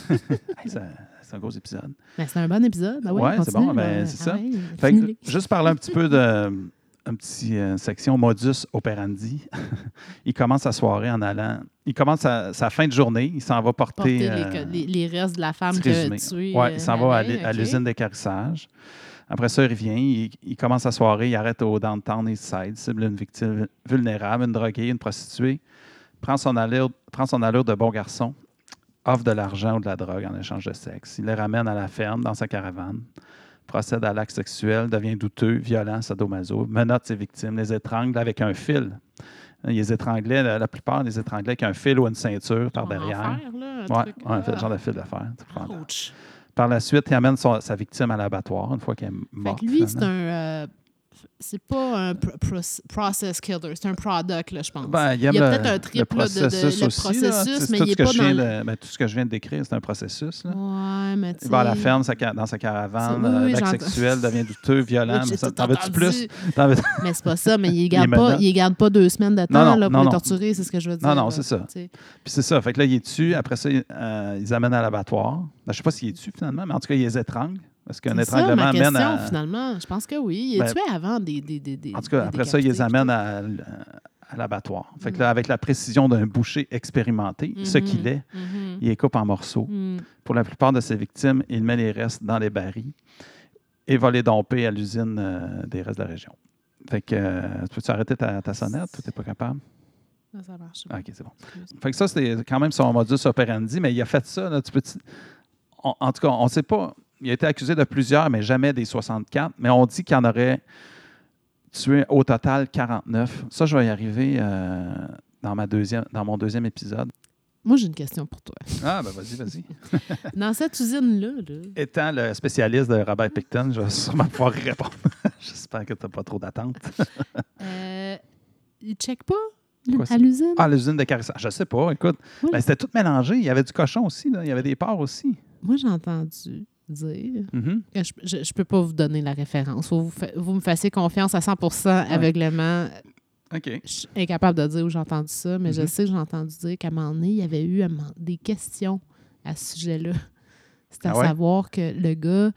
Hey, ça- c'est un gros épisode. Ben, c'est un bon épisode. Ben ouais, Ouais, c'est continue, bon, ben, là. Ah c'est ça. Arrête, Fait que, finis-les. juste parler un petit peu de une petite section modus operandi. il commence sa soirée en allant. Il commence sa, sa fin de journée. Il s'en va porter. Porter les- euh, les, les restes de la femme Petit que résumé. tu euh, Ouais, il s'en va à l'u- à l'usine d'écarissage. Après ça, il revient, il, il commence sa soirée, il arrête au downtown Eastside, cible une victime vulnérable, une droguée, une prostituée, prend son allure, prend son allure de bon garçon, offre de l'argent ou de la drogue en échange de sexe. Il les ramène à la ferme dans sa caravane, procède à l'acte sexuel, devient douteux, violent, sadomaso, menotte ses victimes, les étrangle avec un fil. Il les étranglait, la, la plupart les étranglaient avec un fil ou une ceinture par derrière. Ouais, ouais, euh, un Ah. fil- genre de fil d'affaires. c'est épouvantable. Ouch. Par la suite, il amène son- sa victime à l'abattoir une fois qu'elle est Fait morte. que lui, c'est finalement. un. euh, c'est pas un pro- proce- process killer, c'est un product, là, je pense. Ben, il y a aime le- peut-être un trip, le là, de- de- le processus aussi. là. processus, C'est mais tout il ce est que pas je dans viens le- de- ben, Tout ce que je viens de décrire, c'est un processus. là. ouais, mais tu Il va à la sais, ferme sa ca- dans sa caravane, C'est- oui, euh, oui, l'acte j'entends. sexuel devient douteux, violent. j'ai mais ça- tout T'en veux-tu entendu. plus? T'en veux- Mais c'est pas ça, mais il garde est pas, maintenant. il garde pas deux semaines de temps non, là, pour non, le non. torturer, c'est ce que je veux dire. Non, non, là, c'est ça. tu sais. Puis c'est ça. Fait que là, il est dessus. Après ça, il- euh, ils amènent à l'abattoir. Ben, je sais pas s'il est dessus finalement, mais en tout cas, il les étrangle. Est-ce qu'un C'est ça, étranglement ma amène question, à. finalement. Je pense que oui. Il est Ben, tué avant des, des, des, des- En tout cas, des après ça, ils les décapités, amènent à, l- à l'abattoir. Fait que Mm. là, avec la précision d'un boucher expérimenté, ce Mhm. qu'il est, puis tout. Mhm. il les coupe en morceaux. Mhm. Pour la plupart de ses victimes, il met les restes dans les barils et va les domper à l'usine euh, des restes de la région. Fait que, euh, peux-tu arrêter ta, ta sonnette ou t'es pas capable? Ça, ça marche. Ah, OK, c'est bon. Excuse. Fait que ça, c'est quand même son modus operandi, mais il a fait ça. là, tu peux t- on- en tout cas, on ne sait pas. Il a été accusé de plusieurs, mais jamais des 64. Mais on dit qu'il en aurait tué au total 49. Ça, je vais y arriver euh, dans, ma deuxième, dans mon deuxième épisode. Moi, j'ai une question pour toi. Ah, ben vas-y, vas-y. Dans cette usine-là, là, Étant le spécialiste de Robert Picton, je vais sûrement pouvoir y répondre. J'espère que tu n'as pas trop d'attente. euh, ils checkent pas Quoi, à c'est- l'usine? Ah, l'usine de Carissa. Je sais pas, écoute. Oui. Ben, C'était tout mélangé. Il y avait du cochon aussi, là. il y avait des porcs aussi. Moi, j'ai entendu dire Mhm. que je, je, je peux pas vous donner la référence. Faut vous, fa- vous me fassiez confiance à 100 aveuglément. OK. Je suis incapable de dire où j'ai entendu ça, mais je Mhm. sais que j'ai entendu dire qu'à un moment donné, il y avait eu un moment- des questions à ce sujet-là. C'est à Ah ouais? savoir que le gars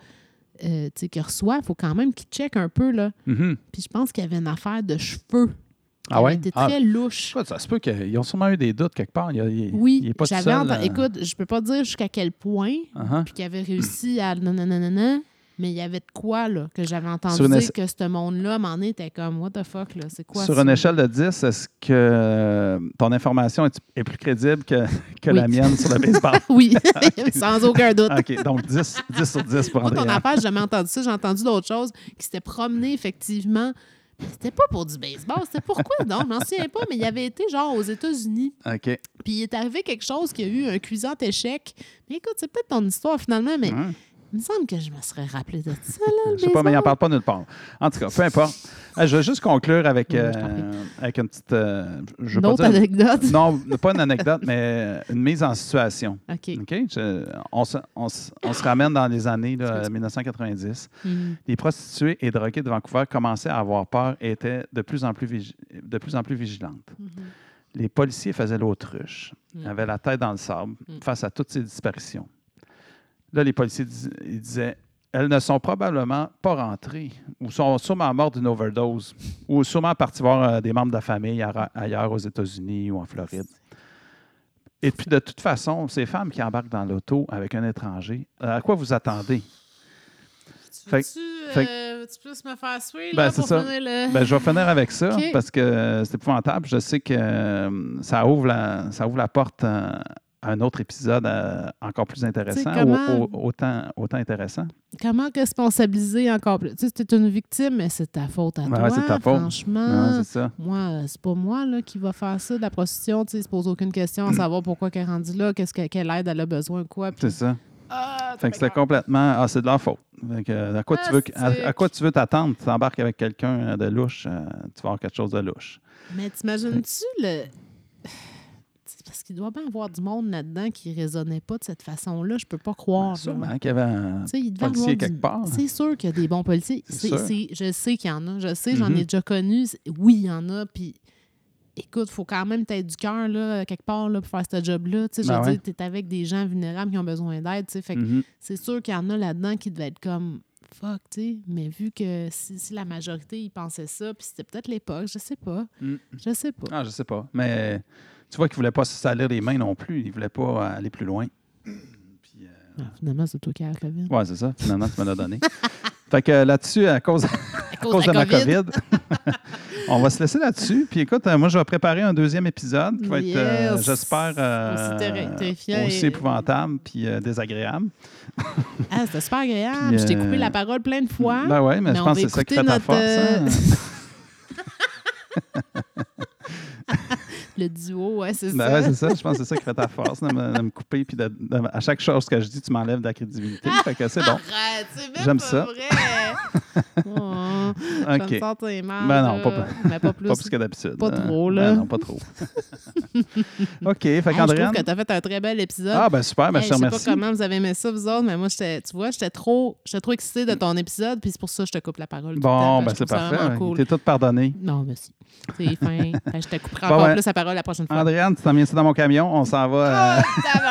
euh, tu sais, qui reçoit, il faut quand même qu'il check un peu. Là. Mhm. Puis je pense qu'il y avait une affaire de cheveux. qui Ah avait ouais? été Ah. très louche. Écoute, ça se peut qu'ils ont sûrement eu des doutes quelque part. Il, il- il Oui, est pas tout j'avais seul, entendu. euh, Écoute, je peux pas dire jusqu'à quel point, uh-huh. puis qu'il avait réussi à nananana, mais il y avait de quoi, là, que j'avais entendu Sur une dire es- que ce monde-là, à un moment donné, était comme, what the fuck, là, c'est quoi Sur ça? une échelle de 10, est-ce que euh, ton information est, est plus crédible que, que Oui. la mienne sur le baseball? Oui, sans aucun doute. OK, donc 10, 10 sur 10 pour Moi, ton Ah, Andréa. affaire, j'ai jamais entendu ça. J'ai entendu d'autres choses qui s'étaient promenées, effectivement. Mais C'était pas pour du baseball. C'était pourquoi, donc? Je m'en souviens pas, mais il avait été, genre, aux États-Unis. OK. Puis il est arrivé quelque chose qui a eu un cuisant échec. Mais écoute, c'est peut-être ton histoire, finalement, mais Hein? il me semble que je me serais rappelé de ça, là, le Je sais pas, mais il n'en baseball. parle pas nulle part. En tout cas, peu importe. Euh, Je vais juste conclure avec, Oui, euh, je t'en avec une petite. euh, je veux Une pas autre dire- anecdote. Non, pas une anecdote, mais une mise en situation. OK. OK? Je- on, se, on se- on se ramène dans les années là, Excuse. 1990. Mhm. les prostituées et droguées de Vancouver commençaient à avoir peur et étaient de plus en plus, vigi- de plus, en plus vigilantes. Mhm. Les policiers faisaient l'autruche, Mm. avaient la tête dans le sable Mm. face à toutes ces disparitions. Là, les policiers dis- ils disaient Elles ne sont probablement pas rentrées ou sont sûrement mortes d'une overdose ou sûrement parties voir euh, des membres de la famille aira- ailleurs aux États-Unis ou en Floride. Et puis, de toute façon, ces femmes qui embarquent dans l'auto avec un étranger, euh, à quoi vous attendez? Tu Fait- veux-tu fait- euh, tu plus me faire suer, Ben, là, c'est pour ça. finir le... Ben, je vais finir avec ça OK. parce que euh, c'est épouvantable. Je sais que euh, ça ouvre la, ça ouvre la porte euh, à un autre épisode euh, encore plus intéressant, Tu sais, comment- au- au- autant, autant intéressant. Comment responsabiliser encore plus? Tu sais, t'es une victime, mais c'est ta faute à Ouais, toi, ouais, c'est ta faute. franchement. Ouais, c'est ça. Moi, euh, c'est pas moi là, qui va faire ça, de la prostitution. Tu sais, il se pose aucune question à savoir pourquoi qu'elle est rendue là, qu'est-ce que- quelle aide elle a besoin, quoi. puis- C'est ça. Ah, Fait que c'était complètement. Ah, c'est de leur faute. Fait que, euh, à, quoi tu veux, que- à, à quoi tu veux t'attendre? Tu embarques avec quelqu'un euh, de louche, euh, tu vas avoir quelque chose de louche. Mais t'imagines-tu le. C'est Parce qu'il doit bien avoir du monde là-dedans qui raisonnait pas de cette façon-là. Je peux pas croire. là. Sûrement qu'il y avait un Tu sais, il devait avoir policier ben. du- quelque part. C'est sûr qu'il y a des bons policiers. C'est C'est- sûr. c'est- je sais qu'il y en a. Je sais, j'en Mhm. ai déjà connu. C'est- Oui, il y en a. Puis, écoute, faut quand même t'être du cœur, là, quelque part, là, pour faire ce job-là. Tu sais, je Ben veux ouais. dire, t'es avec des gens vulnérables qui ont besoin d'aide. tu sais. Fait que Mhm. c'est sûr qu'il y en a là-dedans qui devaient être comme fuck, tu sais. Mais vu que si, si la majorité, ils pensaient ça, puis c'était peut-être l'époque, je sais pas. Mm. Je sais pas. Ah, je sais pas. Mais tu vois qu'il voulait pas se salir les mains non plus. Il voulait pas aller plus loin. Puis, euh, Ah, finalement, c'est toi qui as la COVID. Ouais, c'est ça. Finalement, tu me l'as donné. fait que euh, là-dessus, à cause, À à cause de la ma COVID, on va se laisser là-dessus. Puis écoute, euh, moi, je vais préparer un deuxième épisode qui va être, euh, Yes. j'espère, euh, Aussi terri- terrifiant aussi et- épouvantable puis euh, désagréable. Ah, c'était super agréable. Puis, Je t'ai euh, coupé la parole plein de fois. Ben oui, mais, Mais je on pense va que c'est ça qui fait écouter ta force. notre, euh, hein. Le duo, ouais, c'est Ben ça. ouais, c'est ça. Je pense que c'est ça qui fait ta force, de me, de me couper. Puis de- de- à chaque chose que je dis, tu m'enlèves de la crédibilité. Fait que c'est bon. Arrête, c'est même J'aime pas ça. vrai. Oh. Je vais OK. me sentir mal. Ben non, là, pas- mais pas plus. Pas plus que d'habitude. Pas hein. trop, là. Ben non, pas trop. OK, fait Hey, je qu'Andréane. trouve que tu as fait un très bel épisode. Ah, ben super, ben, Hey, je je te sais remercie. pas comment vous avez aimé ça, vous autres, mais moi, j'étais- tu vois, j'étais trop, j'étais trop excitée de ton épisode, puis c'est pour ça que je te coupe la parole. tout le temps, Bon, ben parce que je c'est trouve ça parfait. vraiment cool. T'es toute pardonnée. Non, merci. C'est fin. Ben, je te couperai Bon, encore ben, plus la parole la prochaine fois. Andréane, tu t'en viens ici dans mon camion, on s'en va. euh, Ah,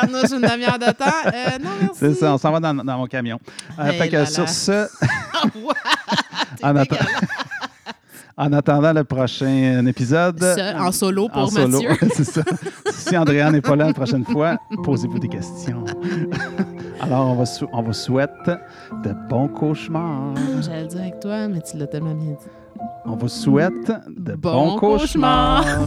tabarnouche, une demi-heure de temps. Euh, non, merci. c'est ça, on s'en va dans, dans mon camion. Euh, Hey fait que là sur là. ce, Ah, ouais, t'es En atta- dégueulasse. en attendant le prochain euh, épisode. Ce, en solo pour en solo, Mathieu. c'est ça. Si Andréane n'est pas là la prochaine fois, posez-vous des questions. Alors, on, va sou- on vous souhaite de bons cauchemars. J'allais le dire avec toi, mais tu l'as tellement bien dit. On vous souhaite de Bon bons cauchemars.